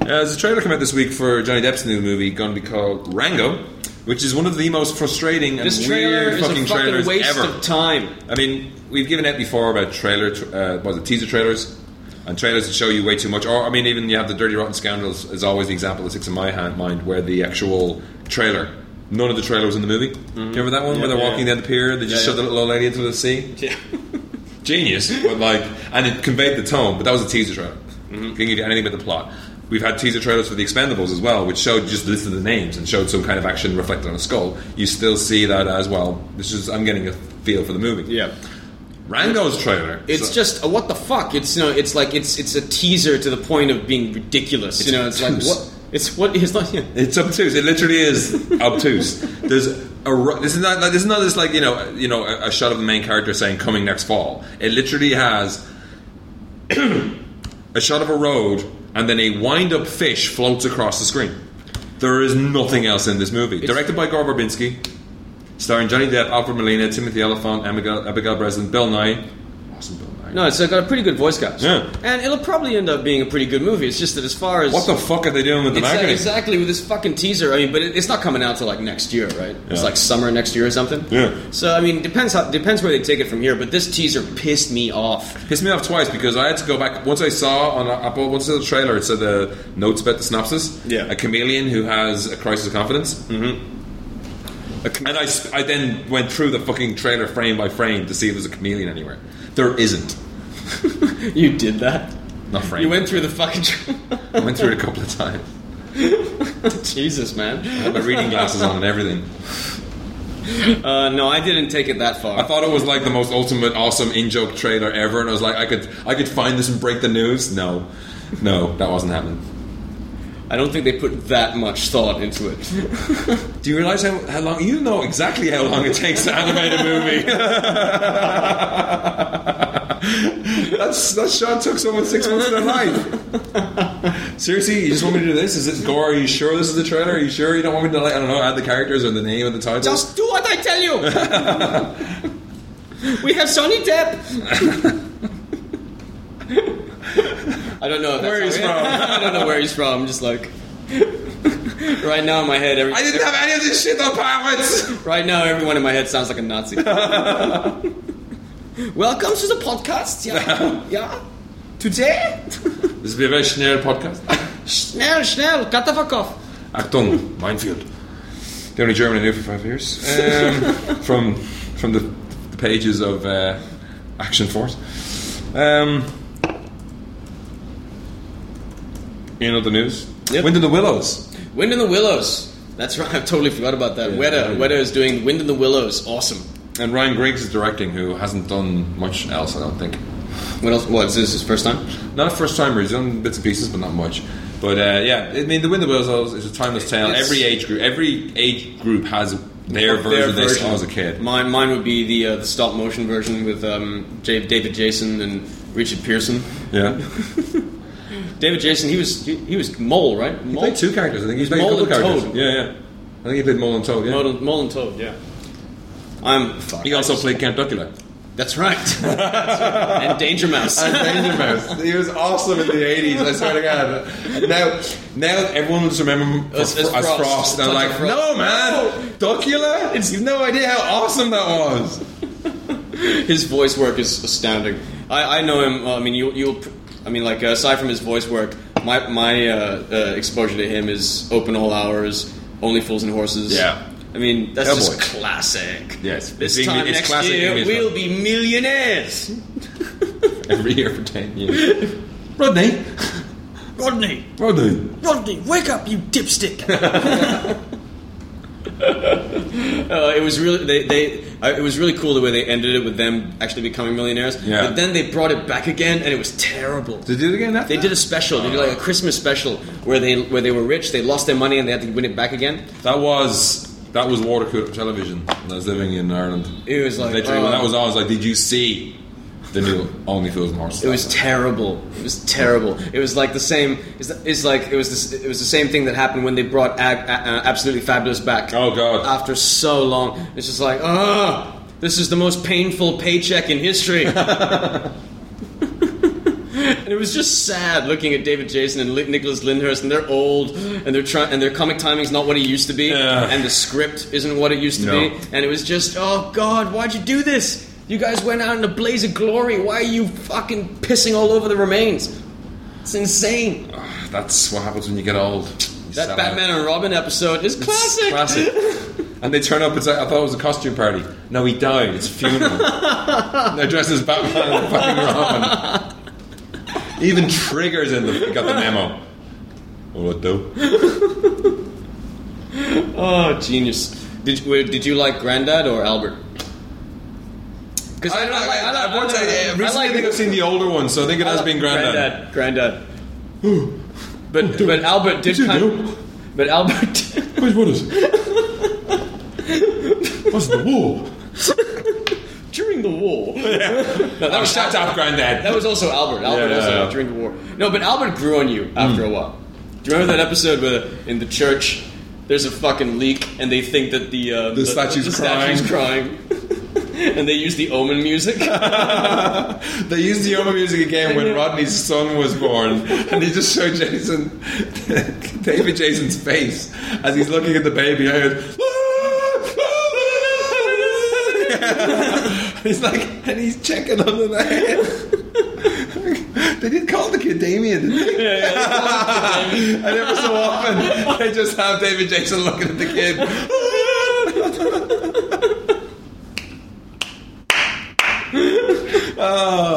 S1: Uh, there's a trailer come out this week for Johnny Depp's new movie, going to be called Rango, which is one of the most frustrating and
S2: This trailer
S1: weird
S2: is
S1: fucking
S2: a fucking
S1: trailers
S2: waste
S1: ever.
S2: of time.
S1: I mean, we've given out before about trailer, tr- uh, what was it teaser trailers and trailers that show you way too much. Or I mean, even you have the Dirty Rotten Scoundrels is always the example that sticks in my hand, mind where the actual trailer. None of the trailer was in the movie. Do You remember that one where they're
S2: Mm-hmm. yeah.
S1: walking down the pier? They just
S2: Yeah,
S1: shove
S2: yeah.
S1: the little old lady into the sea.
S2: [LAUGHS] Yeah.
S1: Genius, but like, and it conveyed the tone. But that was a teaser trailer.
S2: Mm-hmm.
S1: Didn't give you anything but the plot. We've had teaser trailers for the Expendables as well, which showed just listed the names and showed some kind of action reflected on a skull. You still see that as well. This is I'm getting a feel for the movie.
S2: Yeah.
S1: Rango's trailer.
S2: It's
S1: So-
S2: just uh, what the fuck. It's you know, it's like it's it's a teaser to the point of being ridiculous. you know, it's like
S1: obtuse.
S2: what it's what it's not. Yeah.
S1: it's obtuse. It literally is obtuse. There's a ru- this is not like, this is not just like you know you know a, a shot of the main character saying coming next fall. It literally has [CLEARS THROAT] a shot of a road and then a wind up fish floats across the screen. There is nothing else in this movie. Directed by Gore Verbinski, starring Johnny Depp, Alfred Molina, Timothy Oliphant, Abigail, Abigail Breslin, Bill Nye. Awesome Bill Nye.
S2: No, it's uh, got a pretty good voice cast.
S1: Yeah.
S2: And it'll probably end up being a pretty good movie. It's just that as far as
S1: What the fuck are they doing with the
S2: It's, uh,
S1: marketing?
S2: exactly with this fucking teaser. I mean, but it, it's not coming out till like next year, right? It's
S1: Yeah.
S2: like summer next year or something.
S1: Yeah.
S2: So I mean, depends how depends where they take it from here. But this teaser pissed me off. [LAUGHS]
S1: pissed me off twice because I had to go back once I saw on Apple once I saw the trailer it said the notes about the synopsis
S2: Yeah.
S1: a chameleon who has a crisis of confidence mm-hmm.
S2: Mm-hmm.
S1: and I, sp- I then went through the fucking trailer frame by frame to see if there's a chameleon anywhere there isn't
S2: You did that.
S1: not frame
S2: You went through the fucking. [LAUGHS] tr-
S1: I went through it a couple of times
S2: Jesus, man.
S1: I had my reading glasses on and everything
S2: Uh, no, I didn't take it that
S1: I
S2: far.
S1: thought it was like the most ultimate awesome in joke trailer ever and I was like I could I could find this and break the news no no that wasn't happening
S2: I don't think they put that much thought into it.
S1: Do you realize how, how long? You know exactly how long it takes to animate a movie. [LAUGHS] That's, that shot took someone six months of their life. Seriously, you just want me to do this? Is it gore? Are you sure this is the trailer? Are you sure you don't want me to, like, I don't know, add the characters or the name of the title?
S2: Just do what I tell you. we have Sonny Depp. I don't know if that's
S1: Where
S2: how
S1: he's
S2: it-
S1: from.
S2: I don't know where he's from. I'm just like [LAUGHS] right now in my head. Every,
S1: I didn't have any of this shit on [LAUGHS] pirates!
S2: right now, everyone in my head sounds like a
S1: [LAUGHS]
S2: Nazi. Welcome to the podcast. Yeah, yeah. Today,
S1: This will be a very schnell podcast.
S2: schnell, schnell, cut the fuck off.
S1: Achtung, minefield. The only German I knew for five years. [LAUGHS] Um, from from the, the pages of uh, Action Force. Um, in other news,
S2: Yep.
S1: Wind in the Willows.
S2: Wind in the Willows. That's right. [LAUGHS] I totally forgot about that. Weta,
S1: yeah.
S2: Weta is doing Wind in the Willows. Awesome.
S1: And Ryan Griggs is directing, who hasn't done much else, I don't think.
S2: What else? What is this his first time?
S1: Not a first timer, he's done bits and pieces, but not much. But uh, yeah, I mean, The Wind in the Willows is a timeless tale.
S2: It's-
S1: every age group, every age group has their version of this as a kid.
S2: Mine, mine would be the uh, the stop motion version with um, J- David Jason and Richard Pearson.
S1: [LAUGHS] Yeah.
S2: David Jason, he was he, he was Mole, right?
S1: He
S2: Mole,
S1: played two characters. I think he
S2: He's
S1: played a
S2: Mole
S1: couple
S2: and
S1: characters.
S2: Toad.
S1: Yeah, yeah. I think he played Mole and Toad. Yeah.
S2: Mole, and, Mole and Toad, yeah. I'm fuck.
S1: He also played Count Dracula.
S2: That's right. [LAUGHS] and Danger Mouse.
S1: Danger Mouse. He was awesome in the eighties. I swear to God. Now, now everyone just remember him for-
S2: As- as
S1: for- as
S2: Frost.
S1: Frost. They're
S2: Touch
S1: like,
S2: of Frost.
S1: no man, Dracula. You've no idea how awesome that was.
S2: his voice work is astounding. I, I know him. Well, I mean, you, you'll. pr- I mean, like uh, aside from his voice work, my my uh, uh, exposure to him is Open All Hours, Only Fools and Horses.
S1: Yeah.
S2: I mean, that's
S1: Hellboy.
S2: just classic.
S1: Yes,
S2: This
S1: it's being-
S2: time
S1: it's
S2: next
S1: classic
S2: year
S1: English,
S2: we'll
S1: though.
S2: be millionaires.
S1: Every year for ten years. Rodney.
S2: Rodney,
S1: Rodney.
S2: Rodney, wake up, you dipstick! Uh, it was really they, they uh, it was really cool the way they ended it with them actually becoming millionaires.
S1: Yeah.
S2: But then they brought it back again, and it was terrible.
S1: Did they do it again? After
S2: They did a special. They did like a Christmas special where they where they were rich, they lost their money, and they had to win it back again.
S1: That was that was water cooler television when I was living in Ireland.
S2: It was like,
S1: literally when
S2: uh,
S1: that was on, I was like, "Did you see the new Only Fools and Horses?"
S2: It was terrible. It was terrible. It was like the same. It's, it's like it was. This, it was the same thing that happened when they brought Ag, uh, absolutely fabulous back.
S1: Oh, God.
S2: After so long, it's just like ah, this is the most painful paycheck in history. [LAUGHS] and it was just sad looking at David Jason and Li- Nicholas Lyndhurst, and they're old, and they're trying, and their comic timing's not what it used to be,
S1: Yeah.
S2: and the script isn't what it used to
S1: No.
S2: be, and it was just, oh God, why'd you do this? You guys went out in a blaze of glory. Why are you fucking pissing all over the remains? It's insane.
S1: Oh, That's what happens when you get old. You
S2: that
S1: sell out.
S2: Batman and Robin episode is
S1: It's
S2: classic.
S1: classic. And they turn up. It's like, I thought it was a costume party. No, he died. It's a [LAUGHS] funeral. They're dressed as Batman and fucking Robin. Even triggers in the got the memo. What do?
S2: Oh, genius. Did you, wait, did you like Granddad or Albert? Because
S1: I, I, I, I, I, recently I think I've seen the older one, so I think it has been Granddad.
S2: Granddad. Granddad. But but Albert did
S1: you
S2: kind.
S1: do?
S2: But Albert. [LAUGHS]
S1: Wait, [LAUGHS] what is it? What's the war?
S2: during
S1: [LAUGHS]
S2: the war. No, that
S1: Oh,
S2: was
S1: shut up, Granddad.
S2: That was also Albert. Albert
S1: Yeah,
S2: also
S1: yeah, Hmm. yeah.
S2: during the war. No, but Albert grew on you after a while. Do you remember that episode where in the church there's a fucking leak and they think that the uh, the,
S1: statue's
S2: the statue's crying, [LAUGHS] and they use the
S1: [LAUGHS]
S2: Omen music.
S1: They used the Yoma music again when Rodney's son was born, and he just showed Jason, [LAUGHS] David Jason's face as he's looking at the baby. And he goes, [LAUGHS] he's like, and he's checking on the head. [LAUGHS] they did call the kid Damien, didn't they? [LAUGHS] and every so often they just have David Jason looking at the kid.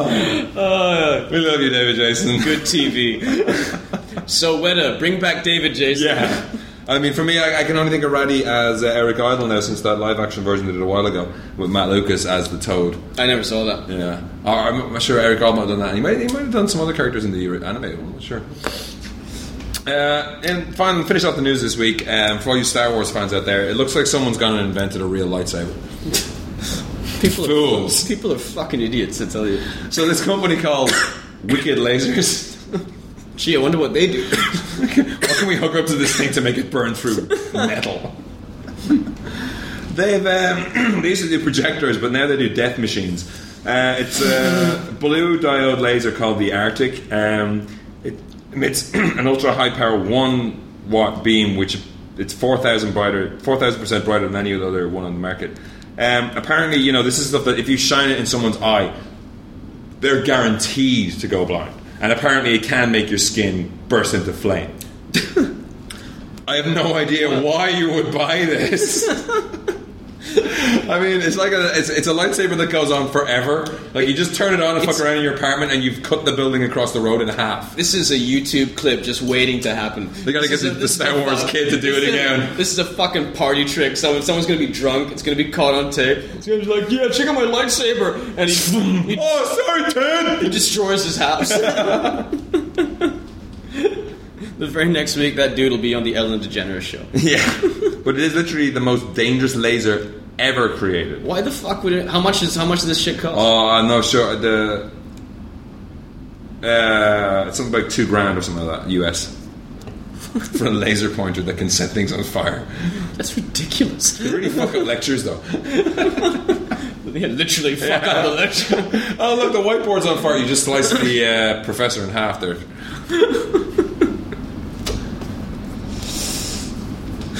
S2: Uh,
S1: we love you, David Jason.
S2: good TV. so Weta, bring back David Jason.
S1: Yeah. I mean, for me, I, I can only think of Ratty as uh, Eric Idle now since that live action version they did a while ago with Matt Lucas as the Toad.
S2: I never saw that.
S1: Yeah. Or I'm not sure Eric Idle might have done that. He might, he might have done some other characters in the animated one, I'm not sure. Uh, and finally, finish off the news this week. Um, for all you Star Wars fans out there, it looks like someone's gone and invented a real lightsaber.
S2: People are
S1: Fools.
S2: People are fucking idiots. I tell you.
S1: So this company called Wicked Lasers.
S2: Gee, I wonder what they do.
S1: what can we hook up to this thing to make it burn through metal? They've um, [CLEARS THROAT] they used to do projectors, but now they do death machines. Uh, it's [LAUGHS] a blue diode laser called the Arctic. Um, it emits [CLEARS THROAT] an ultra high power one watt beam, which it's four thousand brighter, four thousand percent brighter than any other one on the market. Um, apparently, you know this is stuff that if you shine it in someone's eye, they're guaranteed to go blind. And apparently, it can make your skin burst into flame. I have no idea why you would buy [LAUGHS] this. I mean, it's like a it's, it's a lightsaber that goes on forever. Like you just turn it on and fuck
S2: It's-
S1: around in your apartment, and you've cut the building across the road in half.
S2: [COUGHS] This is a YouTube clip just waiting to happen.
S1: They gotta
S2: This
S1: get
S2: is
S1: the-
S2: this
S1: the
S2: is
S1: Star
S2: a
S1: Wars
S2: fuck-
S1: kid to do
S2: this
S1: it
S2: is a-
S1: again.
S2: this is a fucking party trick. Someone, someone's gonna be drunk. It's gonna be caught on tape. It's gonna be like, yeah, check out my lightsaber, and he, [LAUGHS] he,
S1: [LAUGHS] Oh, sorry,
S2: he [LAUGHS]
S1: Ted.
S2: destroys his house. the very next week, that dude will be on the Ellen DeGeneres show.
S1: [LAUGHS] Yeah, but it is literally the most dangerous laser ever created.
S2: Why the fuck would it? How much is how much does this shit cost?
S1: Oh, I'm not sure. The uh, something like two grand or something like that, US, [LAUGHS] for a laser pointer that can set things on fire.
S2: That's [LAUGHS] ridiculous.
S1: They really fuck up lectures though.
S2: yeah, literally, fuck out the lecture. [LAUGHS]
S1: Oh look, the whiteboard's on fire. You just sliced the uh, professor in half there. [LAUGHS]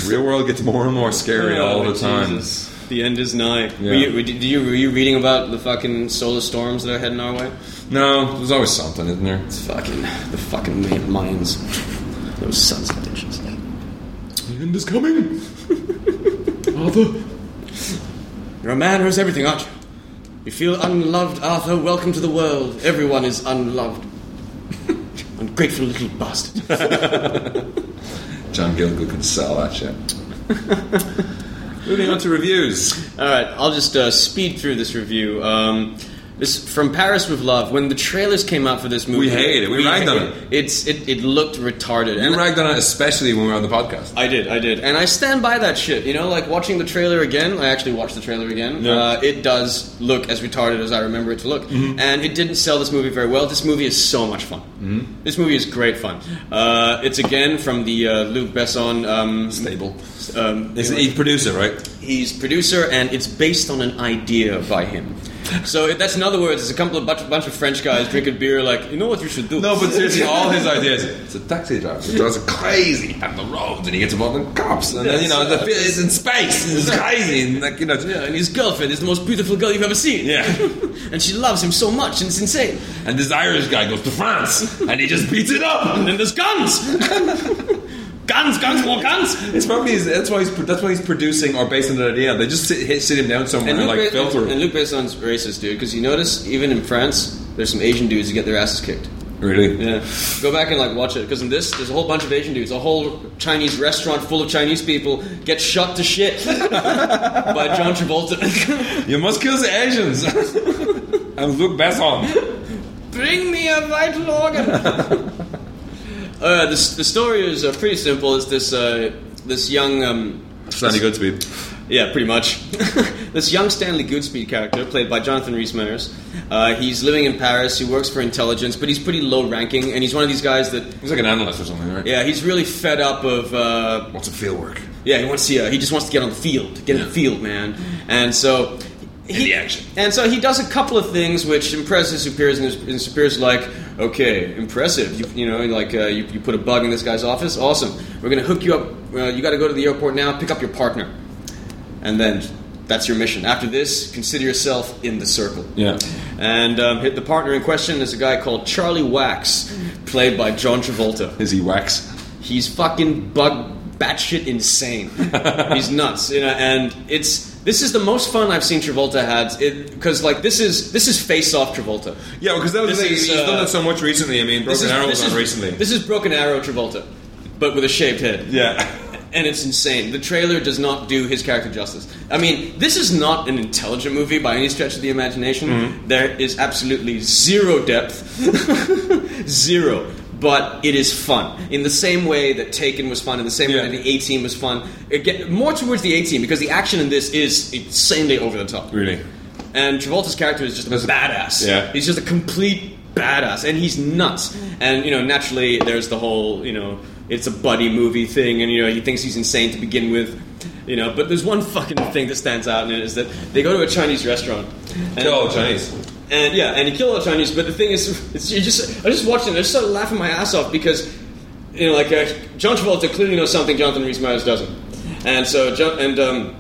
S1: Real world gets more and more scary all
S2: Oh,
S1: the time.
S2: Jesus. The end is nigh. Were,
S1: Yeah.
S2: you, were, did you, were you reading about the fucking solar storms that are heading our way?
S1: No, there's always something, isn't there?
S2: It's fucking the fucking Ma- Mayans. Those sons of bitches.
S1: The end is coming. Arthur.
S2: You're a man who's everything, aren't you? You feel unloved, Arthur. Welcome to the world. Everyone is unloved. [LAUGHS] Ungrateful little bastard.
S1: John Gilgood could sell that shit. [LAUGHS] Moving on to reviews.
S2: All right, I'll just uh, speed through this review. Um, this from Paris with Love. When the trailers came out for this movie,
S1: We hated it. We ragged on it.
S2: It's it, it looked retarded.
S1: You
S2: and
S1: ragged on it, especially when we were on the podcast.
S2: I did, I did, and I stand by that shit. You know, like watching the trailer again. I actually watched the trailer again.
S1: Yeah.
S2: Uh, it does look as retarded as I remember it to look,
S1: Mm-hmm.
S2: and it didn't sell this movie very well. This movie is so much fun. Mm-hmm. This movie is great fun. Uh, it's again from the uh, Luc Besson um,
S1: Stable.
S2: Um,
S1: He's the producer, right?
S2: He's producer, and it's based on an idea by him. So that's in other words, it's a couple of bunch, bunch of French guys drinking beer, like you know what you should do.
S1: No, but seriously, all his ideas. It's a taxi driver. He drives crazy down the road, and he gets involved in cops, and then, you know the it's in space. And it's crazy, and like you know,
S2: yeah, and his girlfriend is the most beautiful girl you've ever seen.
S1: Yeah.
S2: [LAUGHS] and she loves him so much, and it's insane.
S1: and this Irish guy goes to France, and he just beats it up.
S2: And then there's guns,
S1: [LAUGHS]
S2: guns, guns, more guns.
S1: It's probably his, that's why he's that's why he's producing or based on an idea. They just sit, hit, sit him down somewhere and, like
S2: Luc Be-
S1: filter
S2: and
S1: him.
S2: Luc Besson's racist, dude. Because you notice, even in France, there's some Asian dudes who get their asses kicked.
S1: Really?
S2: Yeah, go back and like watch it because in this, there's a whole bunch of Asian dudes. A whole Chinese restaurant full of Chinese people get shot to shit [LAUGHS] by John Travolta. [LAUGHS]
S1: You must kill the Asians. [LAUGHS] and Luke Besson.
S2: Bring me a vital organ. [LAUGHS] uh, the, s- the story is uh, pretty simple. It's this uh, this young um,
S1: Sandy Goodspeed.
S2: Yeah, pretty much. [LAUGHS] this young Stanley Goodspeed character, played by Jonathan Rhys Meyers, uh, he's living in Paris. He works for intelligence, but he's pretty low ranking, and he's one of these guys that,
S1: He's like an analyst or something, right?
S2: yeah, he's really fed up of. Uh,
S1: What's a field work?
S2: yeah, he wants to. Uh, he just wants to get on the field, get in the field, man. And so, he,
S1: the action.
S2: And so he does a couple of things which impress his superiors, and his, his superiors are like, okay, impressive. You, you know, like uh, you, you put a bug in this guy's office, awesome. We're gonna hook you up. Uh, you got to go to the airport now. Pick up your partner, and then that's your mission. After this, consider yourself in the circle.
S1: Yeah.
S2: And um, hit the partner in question is a guy called Charlie Wax, played by John Travolta.
S1: Is he wax?
S2: He's fucking bug
S1: [LAUGHS]
S2: batshit insane. He's nuts, you know, and it's this is the most fun I've seen Travolta had because like this is this is face off Travolta.
S1: Yeah, because that was
S2: This
S1: the thing.
S2: is,
S1: He's done
S2: uh,
S1: that so much recently. I mean,
S2: This
S1: Broken
S2: is-
S1: Arrow
S2: this
S1: was on
S2: is-
S1: recently.
S2: This is Broken Arrow Travolta, but with a shaved head.
S1: yeah. [LAUGHS]
S2: And it's insane. The trailer does not do his character justice. I mean, this is not an intelligent movie by any stretch of the imagination. There is absolutely zero depth, [LAUGHS] zero. But it is fun in the same way that Taken was fun, in the same
S1: Yeah.
S2: way that the A Team was fun. Again, more towards the A Team because the action in this is insanely over the top.
S1: Really?
S2: And Travolta's character is just a badass.
S1: Yeah.
S2: He's just a complete badass, and he's nuts. And you know, naturally, there's the whole you know, it's a buddy movie thing, and you know, he thinks he's insane to begin with. You know, but there's one fucking thing that stands out in it is that they go to a Chinese restaurant. And,
S1: Kill all Chinese.
S2: And yeah, and he kill all Chinese. But the thing is, [LAUGHS] it's, you just I just watched it. and I just started laughing my ass off because you know, like uh, John Travolta clearly knows something Jonathan Rhys Meyers doesn't, and so John, and um,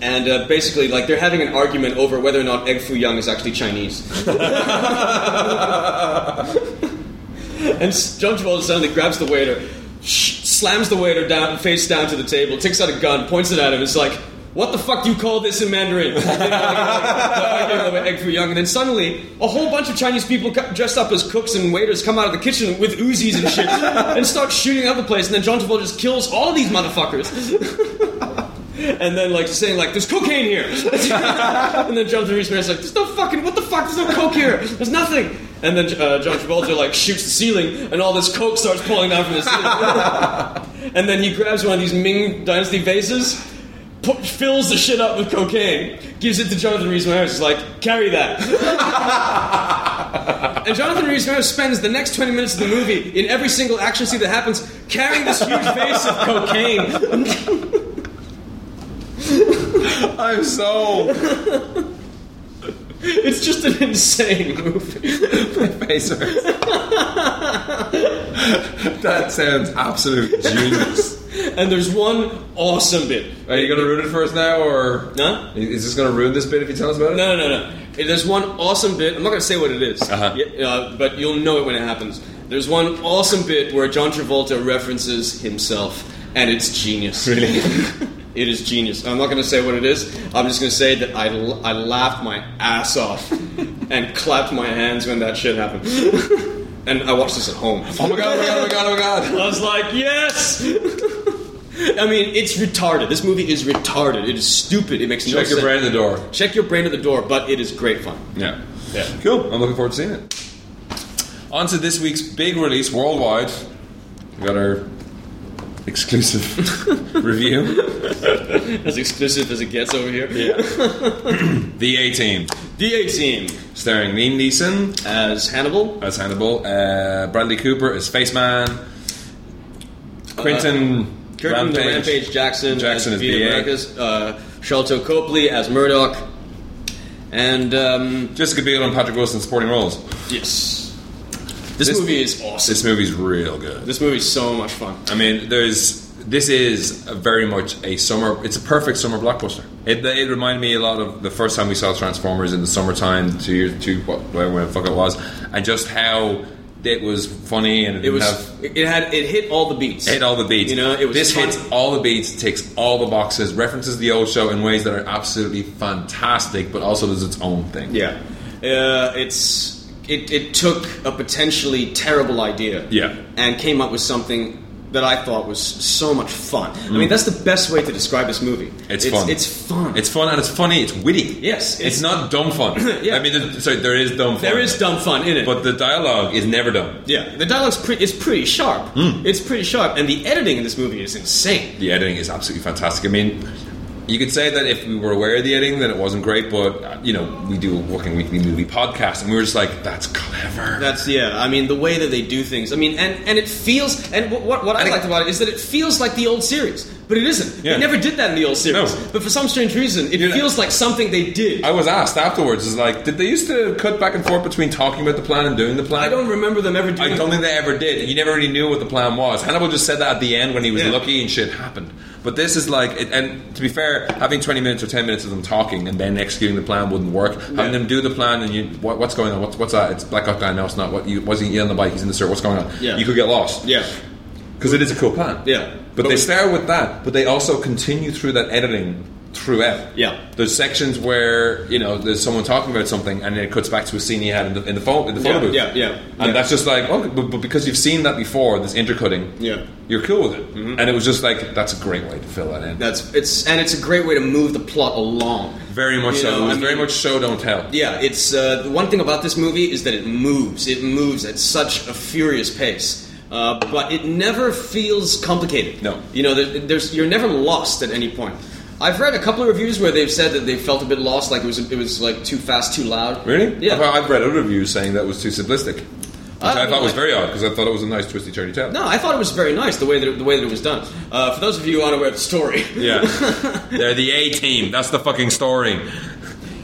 S2: and uh, basically like they're having an argument over whether or not Egg Foo Young is actually Chinese. [LAUGHS] and s- John Travolta suddenly grabs the waiter, sh- slams the waiter down face down to the table, takes out a gun, points it at him. It's like, what the fuck do you call this in Mandarin? Like, like, like, like, Egg Foo Young, and then suddenly a whole bunch of Chinese people co- dressed up as cooks and waiters come out of the kitchen with Uzis and shit and start shooting up the place. And then John Travolta just kills all of these motherfuckers. And then like saying like there's cocaine here, [LAUGHS] and then John Reese Meyer's like there's no fucking what the fuck there's no coke here there's nothing. And then uh, John Travolta like shoots the ceiling, and all this coke starts pouring down from the ceiling. and then he grabs one of these Ming Dynasty vases, pu- fills the shit up with cocaine, gives it to Jonathan Rhys Meyers. Is like carry that. And Jonathan Rhys Meyers spends the next 20 minutes of the movie in every single action scene that happens carrying this huge vase of cocaine. [LAUGHS]
S1: I'm [LAUGHS] so
S2: It's just an insane movie. [LAUGHS]
S1: face hurts. that sounds absolute genius.
S2: And there's one awesome bit.
S1: Are you gonna ruin it for us now, or
S2: Huh?
S1: Is this gonna ruin this bit if you tell us about it?
S2: No, no, no, no. There's one awesome bit. I'm not going to say what it is,
S1: Uh-huh.
S2: Yeah, uh, but you'll know it when it happens. There's one awesome bit where John Travolta references himself, and it's genius. Really? it is genius. I'm not going to say what it is. I'm just going to say that I, l- I laughed my
S1: [LAUGHS]
S2: ass off and clapped my hands when that shit happened. [LAUGHS] and I watched this at home.
S1: Oh my god! Oh my god! Oh my god! Oh my god!
S2: I was like, yes! [LAUGHS] I mean, it's retarded. This movie is retarded. It is stupid. It makes no
S1: Check your
S2: sense.
S1: brain at the door.
S2: Check your brain at the door, but it is great fun.
S1: Yeah.
S3: Yeah.
S1: Cool. I'm looking forward to seeing it. On to this week's big release worldwide. We got our exclusive [LAUGHS] review.
S2: As exclusive as it gets over here.
S1: The A Team,
S2: The A Team
S1: starring Liam Neeson
S2: as Hannibal.
S1: as Hannibal, uh, Bradley Cooper as Face Man, Quentin
S2: Curtin Uh, the Rampage Jackson,
S1: Jackson
S2: as
S1: as
S2: Vita
S1: VA.
S2: Americas. Uh, Sholto Copley as Murdoch. And, um,
S1: Jessica Biel and Patrick Wilson supporting roles.
S2: yes. This,
S1: This-
S2: movie is awesome.
S1: This movie's real good.
S2: This movie is so much fun.
S1: I mean, there's this is a very much a summer. It's a perfect summer blockbuster. It, it reminded me a lot of the first time we saw Transformers in the summertime, two years, two what, whatever the fuck it was, and just how it was funny and it,
S2: It
S1: didn't
S2: was.
S1: have,
S2: It had. It hit all the beats.
S1: it hit all the beats.
S2: You know, it was
S1: this
S2: fun.
S1: hits all the beats, takes all the boxes, references the old show in ways that are absolutely fantastic, but also does its own thing.
S2: Yeah, uh, it's it, it took a potentially terrible idea,
S1: Yeah.
S2: and came up with something that I thought was so much fun. I mean, that's the best way to describe this movie.
S1: Mm. It's fun.
S2: It's fun.
S1: It's fun and it's funny. It's witty.
S2: Yes,
S1: it's,
S2: it's-
S1: not dumb fun.
S2: [CLEARS THROAT] Yeah.
S1: I mean, there- sorry, there is dumb fun.
S2: there is dumb fun in it,
S1: but the dialogue is never dumb.
S2: yeah, the dialogue's pretty. It's pretty sharp.
S1: Mm.
S2: It's pretty sharp, and the editing in this movie is insane.
S1: the editing is absolutely fantastic. I mean, you could say that if we were aware of the editing, then it wasn't great. But uh, you know, we do a working weekly movie podcast, and we were just like, "That's clever."
S2: That's yeah. I mean, the way that they do things. I mean, and and it feels. And what what, what I
S1: think-
S2: liked about it is that it feels like the old series, but it isn't.
S1: Yeah.
S2: They never did that in the old series.
S1: No.
S2: But for some strange reason, it
S1: You're not-
S2: feels like something they did.
S1: I was asked afterwards, "Is like, did they used to cut back and forth between talking about the plan and doing the plan?"
S2: I don't remember them ever doing.
S1: I don't think they ever did. You never really knew what the plan was. Hannibal just said that at the end when he was
S2: Yeah.
S1: lucky and shit happened. But this is like, it, and to be fair, having 20 minutes or 10 minutes of them talking and then executing the plan wouldn't work. Having them do the plan and you, what, what's going on? What's, what's that? It's Black Hawk Down. No, it's not. What you, was he on the bike? He's in the surf. What's going on?
S2: Yeah.
S1: You could get lost.
S2: Yeah,
S1: Because it is a cool plan.
S2: Yeah.
S1: But,
S2: But
S1: they
S2: we-
S1: start with that, but they also continue through that editing throughout.
S2: Yeah.
S1: There's sections where, you know, there's someone talking about something and then it cuts back to a scene he had in the, in the, phone, in the photo
S2: Yeah,
S1: booth.
S2: yeah, yeah,
S1: And
S2: yeah.
S1: that's just like, oh, but, but because you've seen that before, this intercutting,
S2: Yeah. Mm-hmm.
S1: you're cool with it. And it was just like, that's a great way to fill that in.
S2: that's it's and it's a great way to move the plot along.
S1: very much
S2: You
S1: so.
S2: know,
S1: it was
S2: I
S1: very
S2: mean-
S1: much show, don't tell.
S2: Yeah, it's uh, the one thing about this movie is that it moves. It moves at such a furious pace, uh, but it never feels complicated.
S1: No.
S2: you know, there, there's you're never lost at any point. I've read a couple of reviews where they've said that they felt a bit lost, like it was it was like too fast, too loud.
S1: Really? I've,
S2: Yeah. Uh,
S1: I've read other reviews saying that was too simplistic. Which
S2: I
S1: I,
S2: don't
S1: thought was
S2: like-
S1: very odd because I thought it was a nice twisty turny tale.
S2: No, I thought it was very nice the way that it, the way that it was done. Uh, for those of you unaware of the story, [LAUGHS]
S1: Yeah. They're the A team. That's the fucking story.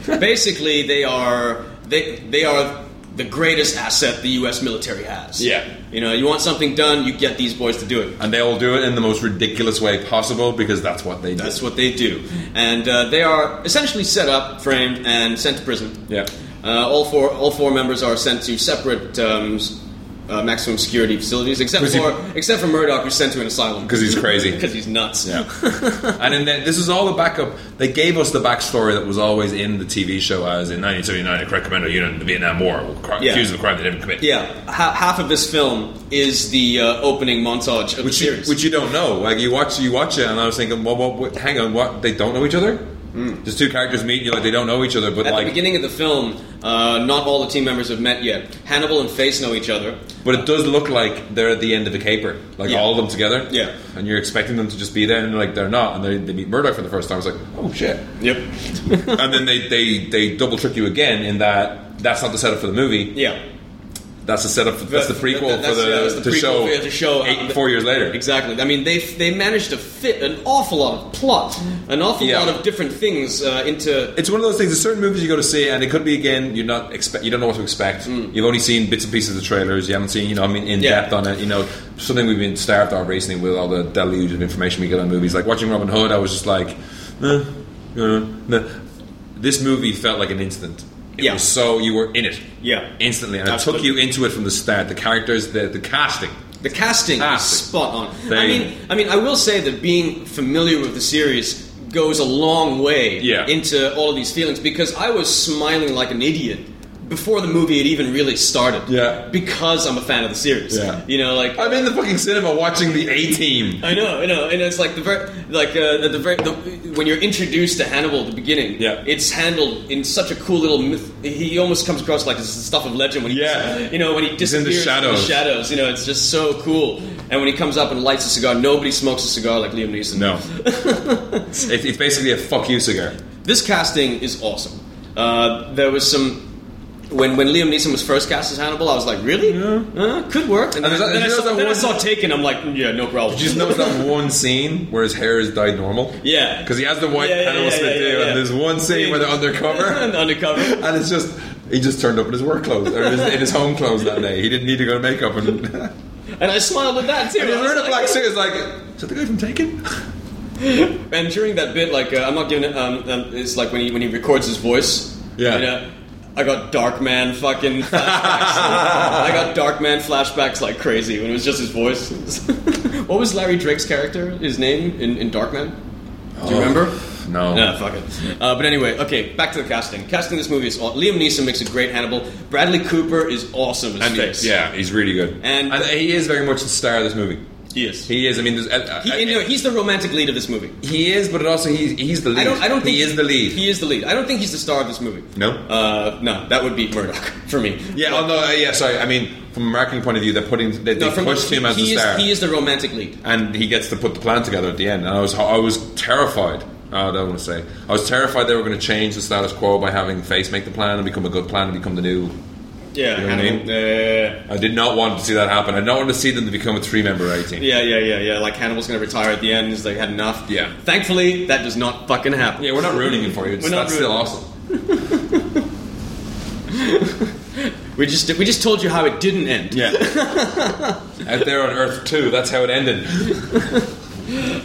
S2: basically they are they they are the greatest asset the U.S. military has.
S1: Yeah.
S2: you know, you want something done, you get these boys to do it.
S1: and they all do it in the most ridiculous way possible because that's what they do.
S2: That's what they do, and uh, they are essentially set up, framed, and sent to prison.
S1: yeah.
S2: Uh, all four all four members are sent to separate um, s- uh, maximum security facilities, except
S1: Was he-
S2: for except for Murdoch, who's sent to an asylum
S1: Because he's crazy.
S2: because he's nuts.
S1: Yeah. [LAUGHS] and then they- this is all the backup. They gave us the backstory that was always in the TV show as in 1979, the correct commando unit in the Vietnam War were cri-
S2: Yeah.
S1: accused of a crime they didn't commit.
S2: Yeah, ha- half of this film is the uh, opening montage of
S1: Which
S2: the
S1: you,
S2: series.
S1: which you don't know. Like you watch, you watch it, and I was thinking, well, well what, hang on, what? They don't know each other. There's two characters meet. You're like, they don't know each other, but
S2: Hmm. At
S1: like,
S2: the beginning of the film, uh, not all the team members have met yet. Hannibal and Face know each other.
S1: But it does look like they're at the end of a caper, like
S2: Yeah.
S1: all of them together.
S2: Yeah.
S1: And you're expecting them to just be there, and like they're not, and they, they meet Murdoch for the first time. It's like, [LAUGHS] oh shit.
S2: Yep.
S1: and then they, they, they double trick you again in that that's not the setup for the movie.
S2: Yeah.
S1: That's the setup. For, that's the
S2: That-
S1: prequel
S2: that- that's-
S1: for the,
S2: yeah, that's the
S1: to,
S2: prequel
S1: show
S2: for- to show how-
S1: eight, four years later.
S2: Exactly. I mean, they they managed to fit an awful lot of plot, an awful
S1: Yeah.
S2: lot of different things uh, into.
S1: It's one of those things. There's certain movies you go to see, and it could be again. You're not expect. You don't know what to expect. You've only seen bits and pieces of trailers. You haven't seen, you know, I mean, in
S2: Mm. Yeah.
S1: depth on it. You know, something we've been starved of recently with all the deluge of information we get on movies. Like watching Robin Hood, I was just like, eh, eh, eh. this movie felt like an instant. It
S2: Yeah.
S1: was so you were in it.
S2: Yeah.
S1: instantly, and
S2: Absolutely.
S1: it took you into it from the start. The characters, the the casting.
S2: The casting is
S1: Fantastic.
S2: spot on. I
S1: They-
S2: mean, I mean, I will say that being familiar with the series goes a long way
S1: Yeah.
S2: into all of these feelings because I was smiling like an idiot before the movie had even really started.
S1: Yeah.
S2: Because I'm a fan of the series.
S1: Yeah.
S2: You know, like
S1: I'm in the fucking cinema watching the A Team.
S2: I know, I know, and it's like the very, like uh, the, the very, the, when you're introduced to Hannibal at the beginning,
S1: Yeah.
S2: it's handled in such a cool little. myth He almost comes across like this is the stuff of legend when he,
S1: Yeah.
S2: you know, when he
S1: in the
S2: disappears
S1: shadows.
S2: shadows, you know, it's just so cool. And when he comes up and lights a cigar, nobody smokes a cigar like Liam Neeson. [LAUGHS]
S1: No, it's, it's basically a fuck you cigar.
S2: this casting is awesome. Uh, there was some. When, when Liam Neeson was first cast as Hannibal, I was like, really? Uh, could work. And,
S1: And there's
S2: then,
S1: that-
S2: then I
S1: there's
S2: saw,
S1: that
S2: then I
S1: one-
S2: saw Taken, I'm like, yeah, no problem.
S1: Did you just notice that one scene where his hair is dyed normal? [LAUGHS]
S2: Yeah.
S1: Because he has the white
S2: Yeah, yeah,
S1: Hannibal
S2: yeah,
S1: Smith
S2: yeah,
S1: do,
S2: yeah, yeah.
S1: and there's one scene where they're
S2: [LAUGHS]
S1: undercover,
S2: [LAUGHS] undercover.
S1: and it's just he just turned up in his work clothes or his, in his home clothes that day. He didn't need to go to makeup,
S2: [LAUGHS]
S1: and, [LAUGHS] and
S2: And I smiled at that too.
S1: he's
S2: I was
S1: wearing a
S2: like-
S1: black suit. It's like, is that the guy from
S2: [LAUGHS]
S1: Taken?
S2: And during that bit, like uh, I'm not giving it. Um, um, it's like when he when he records his voice.
S1: Yeah.
S2: You know, I got Dark Man
S1: [LAUGHS]
S2: fucking flashbacks. I got Dark Man flashbacks like crazy when it was just his voice. [LAUGHS] what was Larry Drake's character? His name in in Dark Man. Do you
S1: Oh,
S2: remember?
S1: no.
S2: Nah, fuck it. Uh, but anyway, okay, back to the casting. Casting this movie is aw- Liam Neeson makes a great Hannibal. Bradley Cooper is awesome as
S1: And
S2: face.
S1: he, yeah, he's really good,
S2: And-
S1: he is very much the star of this movie.
S2: he is. He,
S1: He is. I mean, there's, I, I,
S2: you know, he's the romantic lead of this movie.
S1: he is, but it also he's he's the lead.
S2: I don't. I don't think
S1: he is the lead.
S2: He is the lead. I don't think he's the star of this movie.
S1: No?
S2: Uh, no, that would be Murdoch [LAUGHS] for me.
S1: yeah, oh no, uh, yeah. Sorry, I mean, from a marketing point of view, they're putting they, they
S2: No, from
S1: pushed him as
S2: he
S1: the
S2: is,
S1: star.
S2: He is the romantic lead.
S1: and he gets to put the plan together at the end. And I was I was terrified. Oh, I don't want to say I was terrified they were going to change the status quo by having Face make the plan and become a good plan and become the new.
S2: Yeah,
S1: know what I
S2: Hannibal. uh, Yeah,
S1: I did not want to see that happen. I did not want to see them to become a three-member A team.
S2: yeah, yeah, yeah, yeah, yeah. Like Hannibal's going to retire at the end. He's like had enough.
S1: Yeah.
S2: Thankfully, that does not fucking happen.
S1: Yeah, we're not ruining it for you. It's,
S2: We're not
S1: that's still
S2: ruining it.
S1: awesome.
S2: We just we just told you how it didn't end.
S1: Yeah. [LAUGHS] Out there on Earth Two, that's how it ended.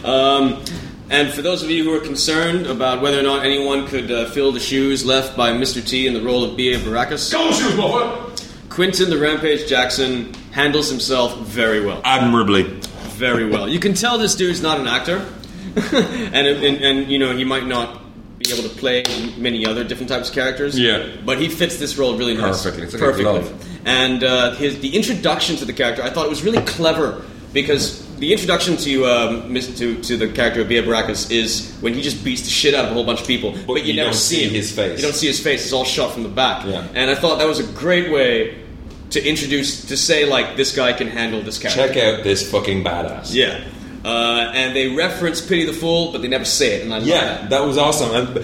S2: Um, and for those of you who are concerned about whether or not anyone could uh, fill the shoes left by Mr. T in the role of B.A. Baracus,
S1: Go shoes, motherfucker!
S2: Quentin the Rampage Jackson handles himself very well.
S1: Admirably.
S2: very well. You can tell this dude's not an actor, [LAUGHS] and, and and you know he might not be able to play many other different types of characters.
S1: Yeah.
S2: but he fits this role really nice.
S1: Perfectly. It's like a glove.
S2: And uh, his the introduction to the character, I thought it was really clever because the introduction to um, Mis- to, to the character of Bia Baracus is when he just beats the shit out of a whole bunch of people, but,
S1: you
S2: you, never
S1: don't see
S2: him.
S1: his face.
S2: You don't see his face. It's all shot from the back.
S1: Yeah.
S2: And I thought that was a great way. To introduce, to say like this guy can handle this character.
S1: Check out this fucking badass.
S2: Yeah. Uh, and they reference Pity the Fool, but they never say it. And I love
S1: Yeah,
S2: that.
S1: that was awesome. And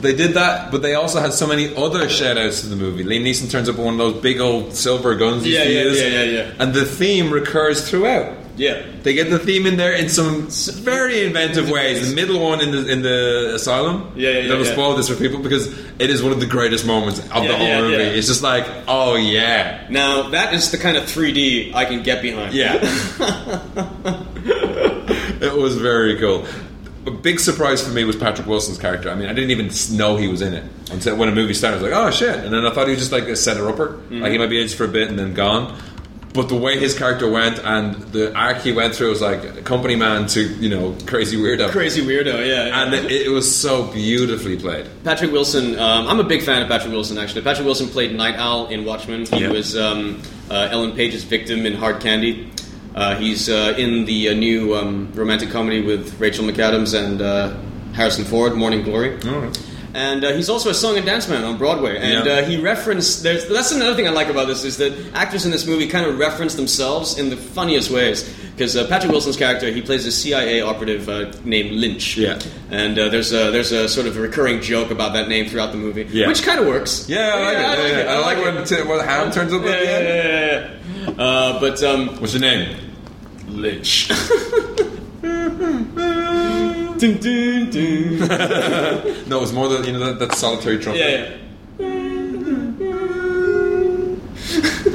S1: they did that, but they also had so many other shout outs to the movie. Liam Neeson turns up with one of those big old silver guns. he
S2: Yeah, yeah,
S1: used,
S2: yeah, yeah, yeah.
S1: And the theme recurs throughout.
S2: Yeah.
S1: They get the theme in there in some s- very inventive ways. The middle one in the in the asylum.
S2: Yeah, yeah, yeah,
S1: Don't
S2: yeah.
S1: spoil this for people because it is one of the greatest moments of the
S2: Yeah,
S1: whole
S2: yeah,
S1: movie.
S2: yeah.
S1: It's just like, oh yeah,
S2: Now, that is the kind of 3D I can get behind. [LAUGHS]
S1: yeah. it was very cool. A big surprise for me was Patrick Wilson's character. I mean, I didn't even s- know he was in it until when a movie started. I was like, oh shit! And then I thought he was just like a setter upper,
S2: Mm-hmm.
S1: like he might be in it for a bit and then gone. But the way his character went and the arc he went through was like a company man to you know crazy weirdo,
S2: Crazy weirdo, yeah.
S1: and it, it was so beautifully played.
S2: Patrick Wilson, um, I'm a big fan of Patrick Wilson, actually. Patrick Wilson played Night Owl in Watchmen. He
S1: Yeah.
S2: was um, uh, Ellen Page's victim in Hard Candy. Uh, he's uh, in the uh, new um, romantic comedy with Rachel McAdams and uh, Harrison Ford, Morning Glory.
S1: Oh.
S2: And uh, he's also a song and dance man on Broadway. And
S1: Yeah.
S2: uh, he referenced. There's, that's another thing I like about this is that actors in this movie kind of reference themselves in the funniest ways. Because uh, Patrick Wilson's character, he plays a CIA operative uh, named Lynch.
S1: Yeah.
S2: And uh, there's a there's a sort of a recurring joke about that name throughout the movie,
S1: Yeah.
S2: which kind of works.
S1: Yeah, I like it. yeah, yeah. I like,
S2: it.
S1: when, t- when Ham turns up
S2: Yeah,
S1: at the end.
S2: yeah, yeah, yeah. Uh, but um,
S1: What's your name?
S2: Lynch. [LAUGHS] Dun, dun, dun.
S1: No, it was more than you know that, that solitary trumpet.
S2: Yeah, yeah. [LAUGHS]